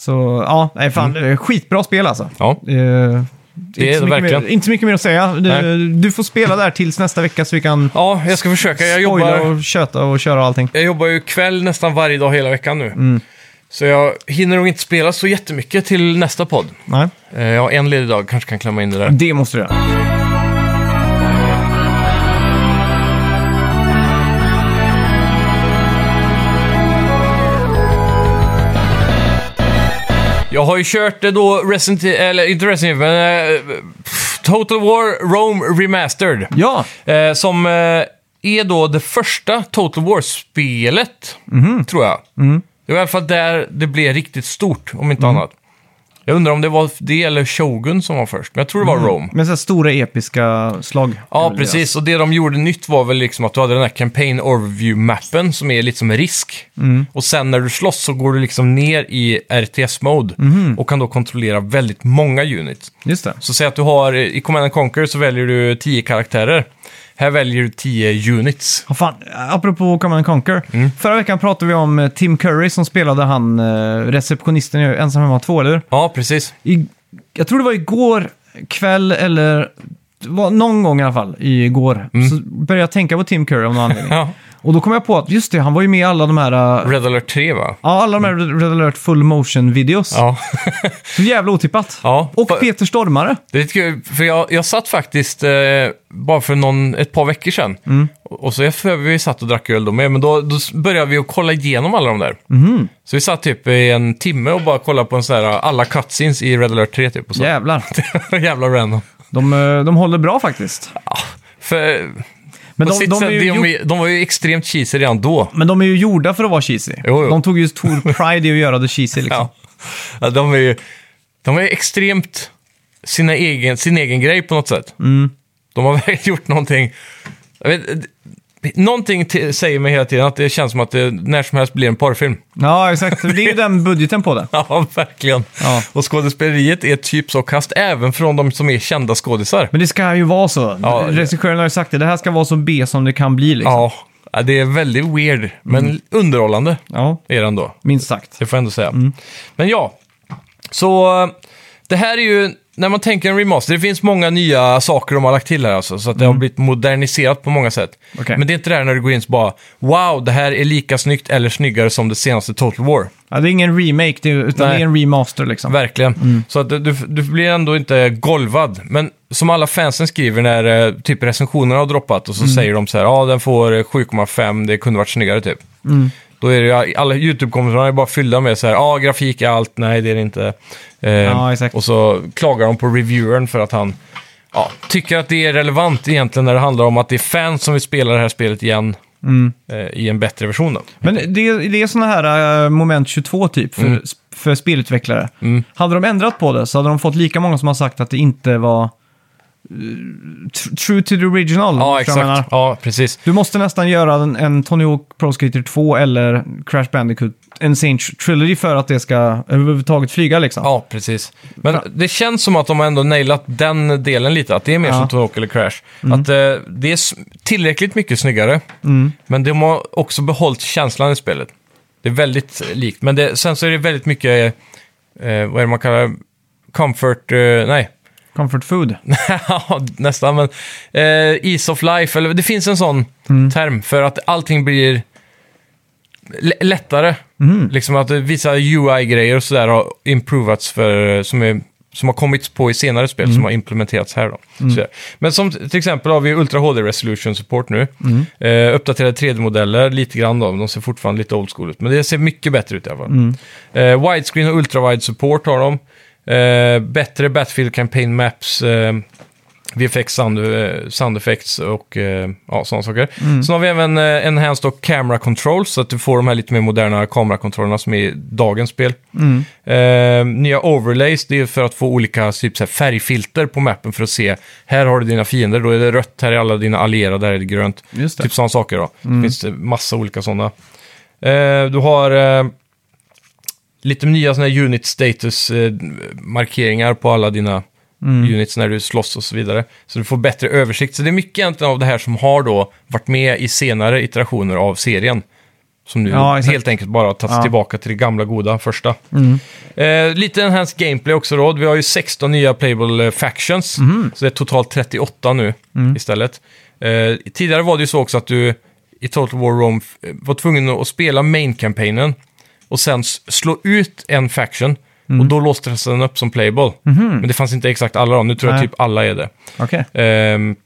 Så ja, nej, fan,
Mm.
det är skitbra spel alltså.
Ja,
Eh,
är
inte,
det
så mycket
verkligen.
mer, inte så mycket mer att säga. Du,
Nej.
du får spela där tills nästa vecka så vi kan
ja jag ska försöka. Jag
spoila
jobbar,
och köta och köra och allting.
jag jobbar ju kväll nästan varje dag hela veckan nu. Så jag hinner nog inte spela så jättemycket till nästa podd.
Nej,
Eh, Jag har en ledig dag, kanske kan klämma in det där.
det måste du göra.
Jag har ju kört eh, då Resident eller inte Resident Evil, men eh, pff, Total War Rome Remastered.
Ja,
Eh, som eh, är då det första Total War-spelet, tror jag. Det var i alla fall där det blev riktigt stort, om inte annat. Jag undrar om det var det eller Shogun som var först, men jag tror det var Rome.
med så här stora episka slag.
Ja, precis. Och det de gjorde nytt var väl liksom att du hade den här campaign overview-mappen som är lite som en risk. Och sen när du slåss så går du liksom ner i RTS-mode och kan då kontrollera väldigt många units.
Just det.
Så säg att du har, i Command and Conquer så väljer du 10 karaktärer. Här väljer du 10 units.
Ja, fan, apropå Command and Conquer.
Mm.
Förra veckan pratade vi om eh, Tim Curry som spelade han eh, receptionisten i Ensam hemma 2, eller hur?
Ja, precis.
I, jag tror det var igår kväll eller det var någon gång i alla fall, igår,
Mm.
så började jag tänka på Tim Curry av någon
<laughs>
anledning.
Ja.
Och då kom jag på att just det, han var ju med i alla de här, äh,
Red Alert 3 va?
ja, alla de här Red Alert Full Motion-videos.
Ja. <laughs>
Så jävla otippat.
Ja.
Och
Fa-
Peter Stormare.
Det är lite kul, för jag, jag satt faktiskt eh, bara för någon, ett par veckor sedan.
Mm.
Och, och så jag för vi satt och drack öl då med, men då, då började vi att kolla igenom alla de där.
Mm-hmm.
Så vi satt typ i en timme och bara kollade på en sån här, alla cutscenes i Red Alert 3 typ. Och så.
Jävlar.
<laughs> Jävla random.
De, eh, de håller bra faktiskt.
För,
Men
på
de,
sitt
de, är
sätt,
ju
de,
gjord-
är- de var ju extremt cheesy redan då.
men de är ju gjorda för att vara cheesy.
Jo, jo.
De tog ju
<laughs>
stor pride i att göra det cheesy liksom.
Ja. Ja, de är ju de är extremt sina egen, sin egen grej på något sätt.
Mm.
De har <laughs> verkligen gjort någonting. Jag vet, eh, någonting till, säger mig hela tiden att det känns som att det när som helst blir en porrfilm. <laughs>
Ja, exakt. Det är ju den budgeten på det.
Ja, verkligen.
Ja.
Och skådespeleriet är typ så kast även från de som är kända skådisar.
Men det ska ju vara så.
Ja, det-
Regissören har ju sagt det. Det här ska vara så B som det kan bli liksom.
Ja, ja, det är väldigt weird, men underhållande
Mm. Ja,
är det ändå.
minst sagt.
Det får jag ändå säga. Men ja, så eh, det här är ju, när man tänker en remaster, det finns många nya saker de har lagt till här alltså, så att det har blivit moderniserat på många sätt.
Okej.
Men det är inte det här när du går in så bara, wow, det här är lika snyggt eller snyggare som det senaste Total War.
Ja, det är ingen remake, det är, utan
Nej.
det är en remaster liksom.
Verkligen. Så att du, du, du blir ändå inte golvad. Men som alla fansen skriver när eh, typ recensionerna har droppat och
Mm.
så säger de så här, ja den får eh, 7,5, det kunde varit snyggare typ.
Mm.
Då är det ju, alla YouTube-kommentarer är bara fyllda med så här, ja grafik är allt, nej det är det inte. Eh,
Ja, exakt.
Och så klagar de på reviewern för att han ja, tycker att det är relevant egentligen när det handlar om att det är fans som vill spela det här spelet igen
Mm.
eh, i en bättre version. Då.
Men det, det är sådana här eh, moment 22 typ för,
Mm.
för spelutvecklare. Hade de ändrat på det så hade de fått lika många som har sagt att det inte var eh, tr- true to the original. förstår
Ja,
jag menar.
exakt. Ja, precis.
Du måste nästan göra en, en Tony Hawk Pro Skater 2 eller Crash Bandicoot Insane Trilogy för att det ska överhuvudtaget flyga liksom.
Ja, precis. Men det känns som att de har ändå nailat den delen lite, att det är mer
Ja.
som Tony Hawk eller Crash. Att eh, det är s- tillräckligt mycket snyggare, men de har också behållit känslan i spelet. Det är väldigt eh, likt, men det, sen så är det väldigt mycket, eh, vad är det man kallar det? comfort, eh, nej, <laughs>
Comfort food.
Ja, nästan, men eh, Ease of Life, eller det finns en sån term för att allting blir l- lättare. Liksom att eh, vissa UI-grejer och sådär har improvats för, eh, som, är, som har kommits på i senare spel som har implementerats här då. Sådär. Men som t- till exempel har vi Ultra HD Resolution Support nu. Eh, uppdaterade 3D-modeller lite grann då, men de ser fortfarande lite old school ut. Men det ser mycket bättre ut i alla fall. Eh, widescreen och ultrawide support har de. Eh, bättre Battlefield Campaign Maps. Eh, VFX, sound, eh, sound effects och eh, ja, sådana saker.
Mm.
Sen har vi även eh, enhanced och camera controls, så att du får de här lite mer moderna kamerakontrollerna som är i dagens spel.
Mm.
Eh, nya overlays, det är för att få olika typ, så här, färgfilter på mappen för att se, här har du dina fiender, då är det rött, här är alla dina allierade, där är det grönt.
Just det. Mm.
Typ sådana saker då. Det finns eh, massa olika sådana. Eh, du har... Eh, lite nya sådana här unit status-markeringar på alla dina
Mm.
units när du slåss och så vidare. Så du får bättre översikt. Så det är mycket egentligen av det här som har då varit med i senare iterationer av serien. Som nu
Ja, exakt.
helt enkelt bara har tagits
Ja. Mm.
tillbaka till det gamla goda första. Eh, lite enhanced gameplay också då. Vi har ju 16 nya playable eh, factions.
Mhm.
Så det är totalt 38 nu
Mm.
istället. Eh, tidigare var det ju så också att du i Total War Rome f- var tvungen att spela main-campaignen och sen s- slå ut en faction. Och
Mm.
då låstes den upp som playable. Men det fanns inte exakt alla då. Nu tror jag
Mhm. Nej.
typ alla är det.
Okej.
Ehm,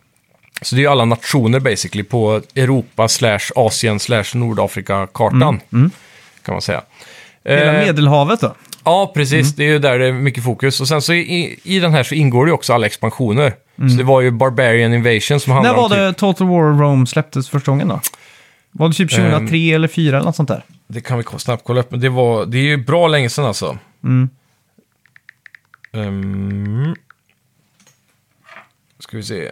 så det är ju alla nationer basically på Europa slash Asien slash Nordafrika-kartan. Kan man säga.
Mm. Hela
Ehm,
Medelhavet då?
Ja, precis.
Mm.
Det är ju där det är mycket fokus. Och sen så i, i den här så ingår det ju också alla expansioner. Så det var ju Barbarian Invasion som
Mm. När
handlade
var
om... typ-
det Total War Rome släpptes första gången då? Var det typ
Ehm.
2003 eller 2004 eller något sånt där?
Det kan vi snabbt kolla upp, men det, var, det är ju bra länge sedan alltså.
Mm.
Ehm. ska vi se.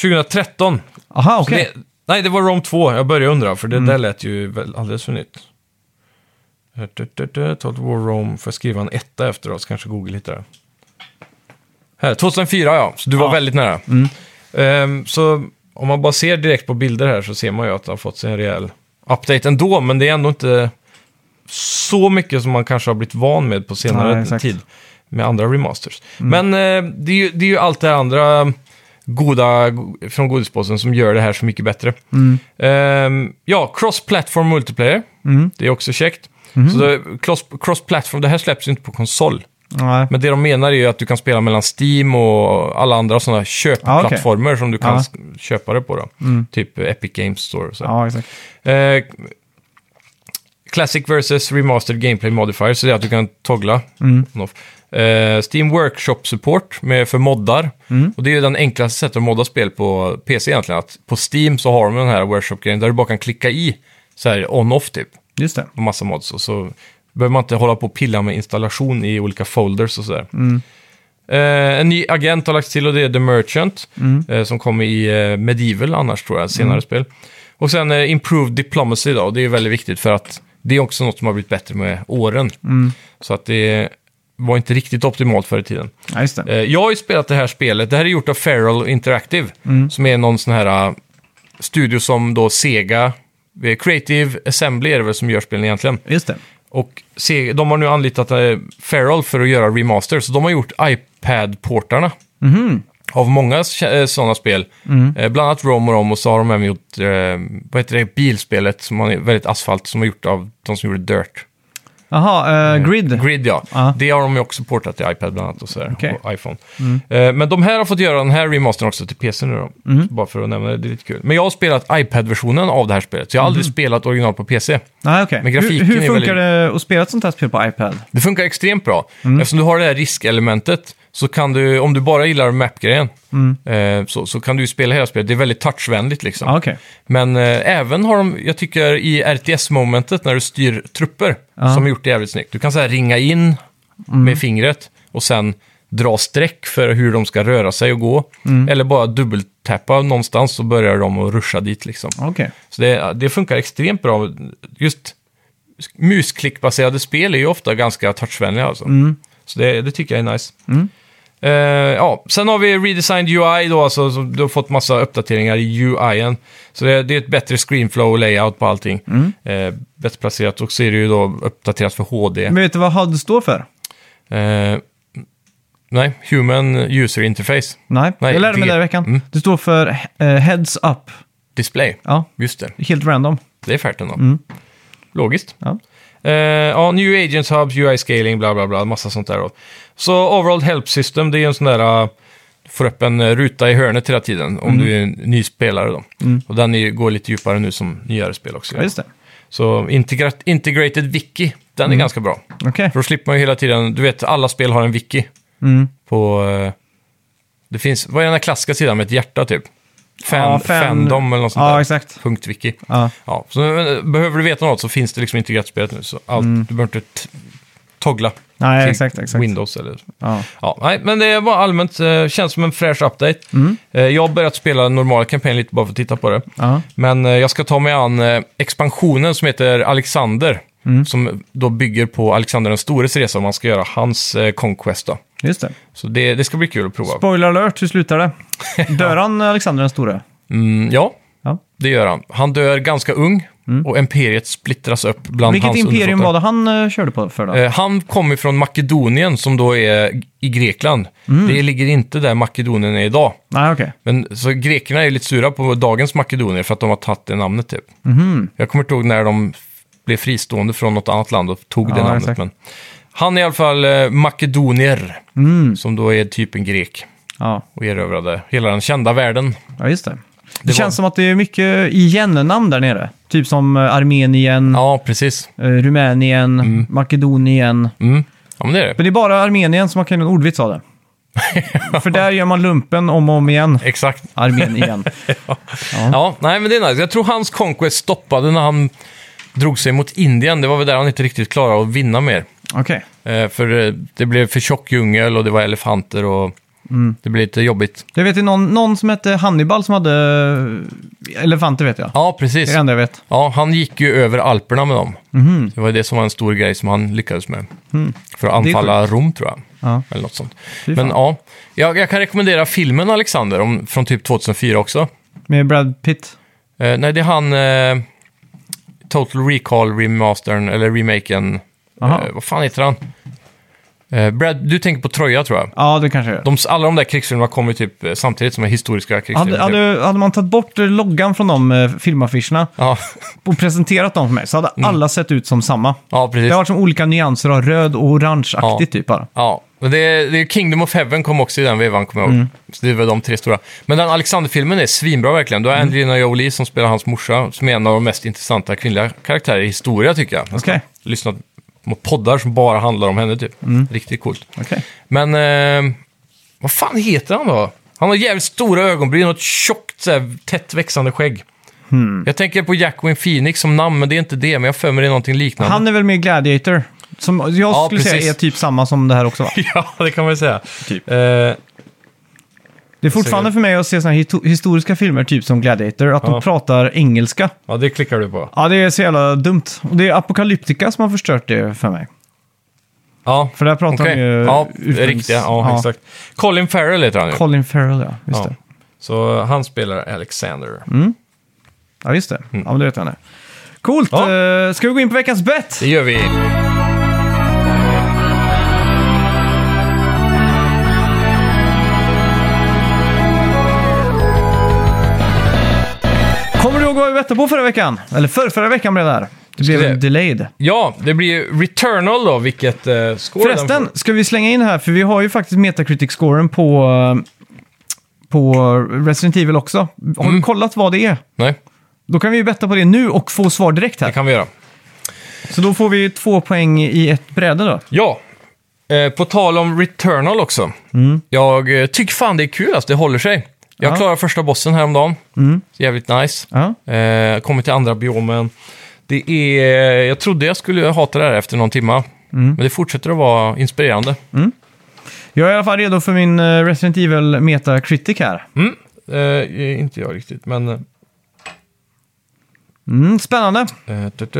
2013.
Aha,
Så
Ah, okej. Mm.
Det, nej, det var Rome 2. Jag började undra, för det där lät ju väl alldeles för nytt. Total War Rome, får jag skriva en etta efter då, så kanske Google hittar det. Här, 2004 ja, så du var
Ja.
väldigt nära. Ehm, så om man bara ser direkt på bilder här så ser man ju att det har fått sig en rejäl update ändå, men det är ändå inte så mycket som man kanske har blivit van med på
Nej,
senare
exakt. Mm.
tid med andra remasters. Men eh, det, är ju, det är ju allt det här andra goda go- från godispåsen som gör det här så mycket bättre.
Mm.
Ehm, ja, cross-platform multiplayer.
Mm.
Det är också käckt. Så det, cross, cross-platform, det här släpps ju inte på konsol.
Nej.
Men det de menar är ju att du kan spela mellan Steam och alla andra sådana köpplattformar som du kan
Ja. Mm.
s- köpa det på. Då. Typ Epic Games Store och så.
Ja, exakt.
Eh, Classic versus Remastered Gameplay Modifier, så det är att du kan toggla.
Mm.
on off. Eh, Steam Workshop Support med, för moddar.
Mm.
Och det är ju den enklaste sättet att modda spel på PC egentligen. Att på Steam så har de den här workshop-grejen där du bara kan klicka i så här on-off typ.
Just det.
Och massa mods. Och så behöver man inte hålla på och pilla med installation i olika folders och sådär. Eh, en ny agent har lagts till och det är The Merchant. Eh, som kommer i eh, Medieval annars tror jag, senare spel. Och sen eh, Improved Diplomacy då, och det är väldigt viktigt för att det är också något som har blivit bättre med åren. Så att det var inte riktigt optimalt förr i tiden.
Ja, just det.
Eh, Jag har ju spelat det här spelet. Det här är gjort av Feral Interactive, som är någon sån här eh, studio som då Sega... eh, Creative Assembly är det väl som gör spelen egentligen.
Just det.
Och Sega, de har nu anlitat eh, Feral för att göra remasters, så de har gjort iPad-portarna. Av många sådana spel. Eh, Bland annat Rom och Rom och så har de även gjort, eh, vad heter det, bilspelet som man är väldigt asfalt, som har gjort av de som gjorde Dirt.
Jaha, eh, Grid.
Grid, ja.
Ja.
Det har de ju också portat till iPad bland annat och, sådär,
Okej. Mm.
och iPhone. Eh, men de här har fått göra den här remastern också till PC nu då.
Mm.
Bara för att nämna det, det är lite kul. Men jag har spelat iPad-versionen av det här spelet, så jag har
Mm.
aldrig spelat original på PC.
Nej, Ah, okej.
Men
Hur,
grafiken
hur
är
funkar
väldigt-
det att spela ett sånt här spel på iPad?
Det funkar extremt bra.
Mm.
Eftersom du har det här riskelementet, så kan du, om du bara gillar map-grejen,
Mm.
eh, så, så kan du ju spela hela spelet. Det är väldigt touchvänligt liksom.
Ja, Ah, okej.
Men eh, även har de, jag tycker i RTS-momentet när du styr trupper, som är gjort det jävligt snyggt. Du kan så här ringa in med fingret och sen dra streck för hur de ska röra sig och gå. Eller bara dubbeltappa någonstans så börjar de att ruscha dit liksom.
Ah, Okej.
Så det, det funkar extremt bra. Just musklickbaserade spel är ju ofta ganska touchvänliga alltså.
Mm.
Så det, det tycker jag är nice. Eh, ja. Sen har vi redesigned UI då, alltså, så du har fått massa uppdateringar i UIen. Så det, det är ett bättre screenflow och layout på allting.
Mm.
Eh, bättre placerat och så är det ju då uppdaterat för HD.
Men vet du vad HUD står för?
Eh, nej, Human User Interface
Nej,
Nej,
jag lärde mig
det-
det i veckan.
Mm.
Det står för eh, Heads Up.
Display.
Ja,
Just det,
helt random.
det är färdigt ändå.
Mm.
Logiskt.
Ja.
Eh, ja, New Agents Hubs, UI Scaling, bla bla bla, massa sånt där. Då. Så Overall Help System, det är ju en sån där... eh, Du får upp en eh, ruta i hörnet hela tiden om
Mm.
du är en ny spelare då. Och den är, ju- går lite djupare nu som nyare spel också.
Ja. Just det. Mm.
Så integrat, Integrated Wiki, den är ganska bra.
Okej.
För då slipper man ju hela tiden, du vet alla spel har en wiki
Mm.
på... eh, Det finns, vad är den här klassiska sidan med ett hjärta typ? Fan,
Ja, fan-
Fandom eller något sånt
Ja,
där.
exakt.
Punkt wiki.
Ja.
Ja, så eh, behöver du veta något så finns det liksom integrerat i spelet nu. Så allt, Du behöver inte t- toggla
Mm. Nej,
till
exakt, exakt.
Windows eller...
Ja.
Ja, nej, men det var allmänt, eh, känns som en fräsch update. Eh, jag har börjat spela den normala kampanjen lite bara för att titta på det.
Mm. Ja.
Men eh, jag ska ta mig an eh, expansionen som heter Alexander.
Mm.
Som då bygger på Alexander den stores resa och man ska göra hans eh, conquest. Då.
Just det.
Så det, det ska bli kul att prova.
Spoiler alert, hur slutar
<laughs>
det? Dör han Alexander den store?
Mm, ja,
Ja.
det gör han. Han dör ganska ung och imperiet splittras upp bland
Mm. Vilket
hans
imperium
undersåtar.
var det han eh, körde på för då?
Eh, Han kommer från Makedonien som då är i Grekland.
Mm.
Det ligger inte där Makedonien är idag.
Nej, okej.
Men så grekerna är ju lite sura på dagens makedonier för att de har tagit det namnet typ.
Mhm.
Jag kommer inte ihåg när de f- blev fristående från något annat land och tog det
Ja,
namnet.
exakt.
Men han är i alla fall eh, makedonier,
Mm.
som då är typ en grek
Ja.
och erövrade hela den kända världen.
ja, just det. Det,
Det
känns
var-
som att det är mycket igen-namn där nere. Typ som eh, Armenien,
Ja, precis.
eh, Rumänien, Makedonien.
Mm. Ja, men det är det.
Men det är bara Armenien som man kan göra en ordvits
<laughs>
av det. För där gör man lumpen om och om igen.
Exakt. <laughs>
Armenien.
Ja, nej men det är nice. Jag tror hans conquest stoppade när han drog sig mot Indien. Det var väl där han inte riktigt klarade att vinna mer.
Okej.
Eh, för eh, det blev för tjock djungel och det var elefanter och
Mm.
det blev lite jobbigt.
Jag vet ju någon, någon som hette Hannibal som hade eh, elefanter vet jag.
Ja,
Det är
precis.
det enda jag vet.
Ja, han gick ju över Alperna med dem. Det var det som var en stor grej som han lyckades med. För att
Mm. Det är
anfalla Rom, tror jag.
Ja.
Eller något sånt.
Fy fan.
Men ja, jag, jag kan rekommendera filmen Alexander om, från typ 2004 också.
Med Brad Pitt.
Eh, nej, det är han... Eh, Total Recall remastern, eller remaken.
Aha.
Eh, vad fan heter han? Eh, Brad, du tänker på Troja, tror jag.
Ja, det kanske jag gör.
De, alla de där krigsfilmerna kommer typ eh, samtidigt som är historiska krigsfilmer. typ.
Hade, hade, hade man tagit bort eh, loggan från de eh, filmaffischerna
Ja, <laughs>
och presenterat dem för mig så hade
Mm.
alla sett ut som samma.
ja, precis.
Det har varit som olika nyanser av röd och orange-aktigt typ bara.
Ja, men det, är- det är Kingdom of Heaven kom också i den vevan, kommer jag
Mm.
ihåg. Så det är väl de tre stora. Men den Alexander-filmen är svinbra verkligen. Du har
Mm.
Angelina Jolie som spelar hans morsa, som är en av de mest intressanta kvinnliga karaktärer i historia tycker jag. Jag ska
Okej.
lyssna på poddar som bara handlar om henne typ.
Mm.
Riktigt coolt.
Okej.
Men, eh, vad fan heter han då? Han har jävligt stora ögonbryn och ett tjockt, så här, tätt växande skägg.
Hmm.
Jag tänker på Jacqueline Phoenix som namn, men det är inte det. Men jag har för mig det är någonting liknande.
Han är väl med i Gladiator? Som jag skulle
precis.
säga är typ samma som det här
<laughs>
också va?
<laughs> Ja, det kan man ju säga.
Typ.
Eh,
Det är fortfarande för mig att se såna här hito- historiska filmer typ som Gladiator, att
Ja.
de pratar engelska.
ja, det klickar du på.
Ja, det är så jävla dumt. Och det är Apocalyptica som har förstört det för mig.
Ja,
För där pratar
okej.
de ju...
Ja,
utländs-
riktiga. Ja,
ja.
exakt. Colin Farrell heter han ju.
Colin Farrell, ja. Just
ja.
det. Mm.
Så han spelar Alexander.
Ja, just det. Ja, men det vet jag nu. Coolt!
Mm. Ja.
Eh, Ska vi gå in på veckans bett?
Det gör vi.
Kommer du ihåg vad vi bettade på förra veckan? Eller förra, förra veckan blev det här. Det blev
det-
en delayed.
Ja, det blir ju Returnal då, vilket eh, score
Förresten,
den
ska vi slänga in här, för vi har ju faktiskt Metacritic-scoren på, eh, på Resident Evil också. Har
Mm.
du kollat vad det är?
Nej,
Då kan vi ju betta på det nu och få svar direkt
det
här.
kan vi göra.
Så då får vi två poäng i ett bräde då.
Ja, eh, på tal om Returnal också. Jag eh, tycker fan det är kul alltså, det håller sig. Jag
Mm. Ja. Mm.
klarade första bossen häromdagen. Jävligt nice.
Ja.
Eh, kommit till andra biomen. Det är, jag
Mm.
trodde jag skulle hata det här efter någon timma. Men det fortsätter att vara inspirerande.
Jag är i alla fall redo för min eh, Resident Evil Metacritic här.
Mm. Eh, inte jag riktigt, men... eh,
Mm, spännande.
Det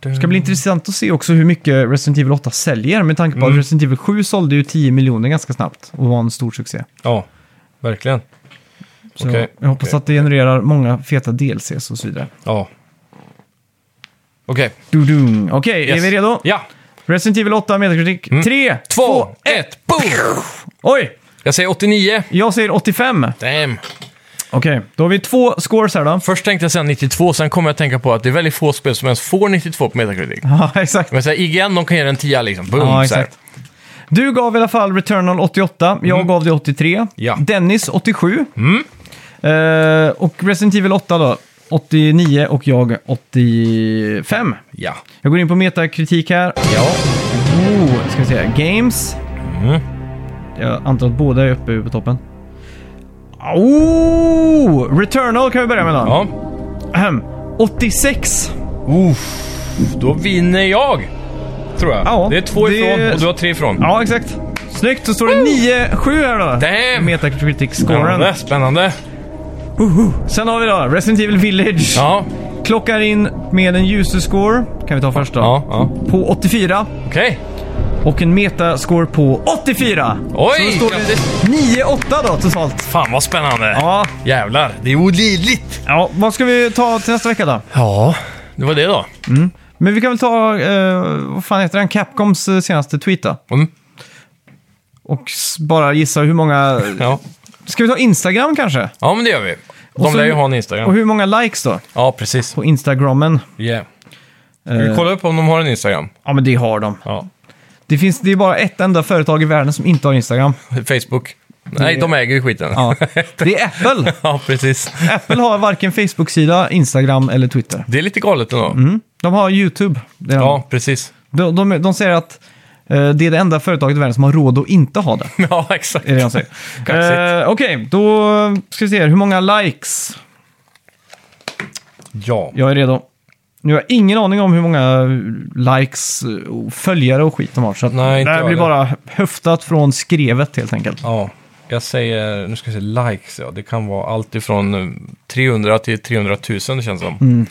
Det ska bli intressant att se också hur mycket Resident Evil 8 säljer med tanke på
Mm.
att Resident Evil 7 sålde ju 10 miljoner ganska snabbt och var en stor succé.
Ja, verkligen.
Så
Okej,
jag hoppas
okej.
att det genererar många feta DLCs och så vidare.
Ja. Okej.
Dudung. Okej,
yes.
är vi redo?
Ja. Mm.
Resident Evil 8 Metacritic. 3,
2, 1, boom!
Oj!
Jag säger 89.
Jag säger 85.
Damn.
Okej, då har vi två scores här då. <laughs>
Först tänkte jag säga 92, sen kommer jag att tänka på att det är väldigt få spel som ens får 92 på Metacritic.
Ja, exakt.
Men så här, IGN, de kan ge den 10 liksom. Boom,
Ja,
så här.
exakt. Du gav i alla fall Returnal 88, jag gav det 83.
Mm. Ja. Mm.
Dennis 87. Eh, och Resident Evil 8 då, 89 och jag 85.
Ja.
Jag går in på metakritik här.
Ja.
Oh, ska vi se. Games.
Mm.
Jag antar att båda är uppe på toppen. Oh! Returnal kan vi börja med då.
ja.
Ahem. 86.
Uff. Då vinner jag. Tror jag.
Ja,
det är två
det-
ifrån och du har tre ifrån.
Ja, exakt. Snyggt, då står det 9-7 här då.
Damn.
Metacritic-scoren.
Spännande, spännande.
Sen har vi då Resident Evil Village.
Ja,
Klockar in med en user-score, kan vi ta först då,
ja, ja.
på 84
Okej.
och en metascore på 84.
Oj,
Så då står
grattis.
det 9-8 då totalt.
Fan vad spännande.
Ja,
Jävlar, det är olidligt.
ja, vad ska vi ta till nästa vecka då?
Ja, det var det då.
Men vi kan väl ta, eh, vad fan heter den, Capcoms eh, senaste tweet då?
Mm.
Och s- bara gissa hur många...
Ja.
Ska vi ta Instagram kanske?
ja, men det gör vi.
Och
De
så-
lär ju ha en
Och
Instagram.
hur många likes då?
Ja, precis.
På Instagrammen.
Yeah. Ska vi
Eh,
kolla upp om de har en Instagram?
ja men det har de.
Ja.
Det, finns, det är bara ett enda företag i världen som inte har Instagram.
<laughs> Facebook? Nej,
Det-
de äger ju skiten.
Ja. Det är Apple.
<laughs> Ja, precis.
Apple har varken Facebook-sida, Instagram eller Twitter.
Det är lite galet ändå.
Mm. De har YouTube. Det är
Ja, precis. <laughs>
De, de, de säger att eh, det är det enda företaget i världen som har råd att inte ha det.
Ja, exakt.
Är det de säger.
<laughs> Kaxigt.
eh, Okej, då ska vi se här. Hur många likes?
Ja.
Jag är redo. Nu har jag ingen aning om hur många likes, och följare och skit de har. Så att
Nej, inte
det här
jag
blir
heller.
bara höftat från skrevet helt enkelt.
Ja, jag säger, nu ska jag säga likes, ja. det kan vara allt ifrån eh, 300 till 300 000 det känns som.
Mm.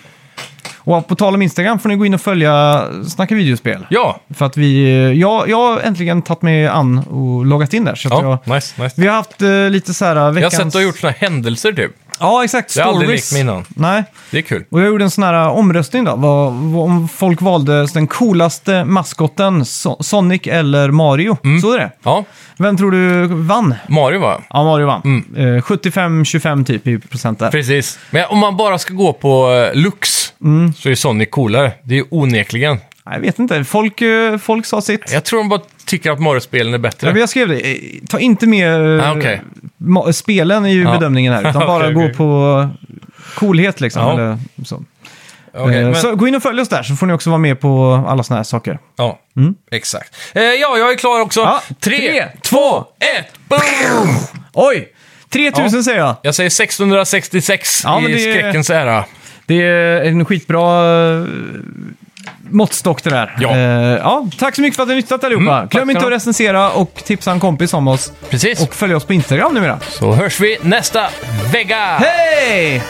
Och på tal om Instagram får ni gå in och följa Snacka videospel.
Ja,
För att vi, jag, jag har äntligen tagit mig an och loggat in där. Så att
ja.
jag,
nice, nice.
vi har haft eh, lite så här
Jag har
veckans...
sett att du har gjort såna här händelser typ.
Ja, exakt.
Jag har aldrig
Stories.
lekt med innan.
Nej.
Det är kul.
Och jag gjorde en sån här eh, omröstning då. Vad, vad, om folk valde den coolaste maskotten, so Sonic eller Mario.
Mm.
Så är det.
Ja,
Vem tror du vann?
Mario va?
Ja, Mario vann.
Mm.
Eh, 75-25 typ i procent där.
Precis. Men om man bara ska gå på eh, looks
Mm.
så är Sonic coolare. Det är onekligen.
Nej, Jag vet inte. Folk, eh, folk sa sitt.
Jag tror de bara tycker att Mario-spelen är
Ja,
bättre.
men jag skrev det. Eh, Ta inte med eh,
Ah, okej.
ma- spelen i
Ja.
bedömningen här, utan <laughs>
Okej,
bara gå
okej.
på coolhet liksom.
Ja.
Eller så.
Okej,
Eh,
men-
så gå in och följ oss där så får ni också vara med på alla såna här saker.
Ja, exakt. Eh, ja, jag är klar också.
Mm. Ja, tre,
tre, två, ett, boom!
Oj! 3000
Ja.
säger jag.
Jag säger 666
Ja, men
i
det är-
skräckens ära.
Det är en skitbra eh, måttstock det där.
Ja.
Eh, ja, tack så mycket för att ni har nyttjat allihopa.
Mm, tack
Glöm inte
ska
att
ni ha.
recensera och tipsa en kompis om oss.
Precis.
Och följ oss på Instagram numera.
Så hörs vi nästa vecka!
Hej!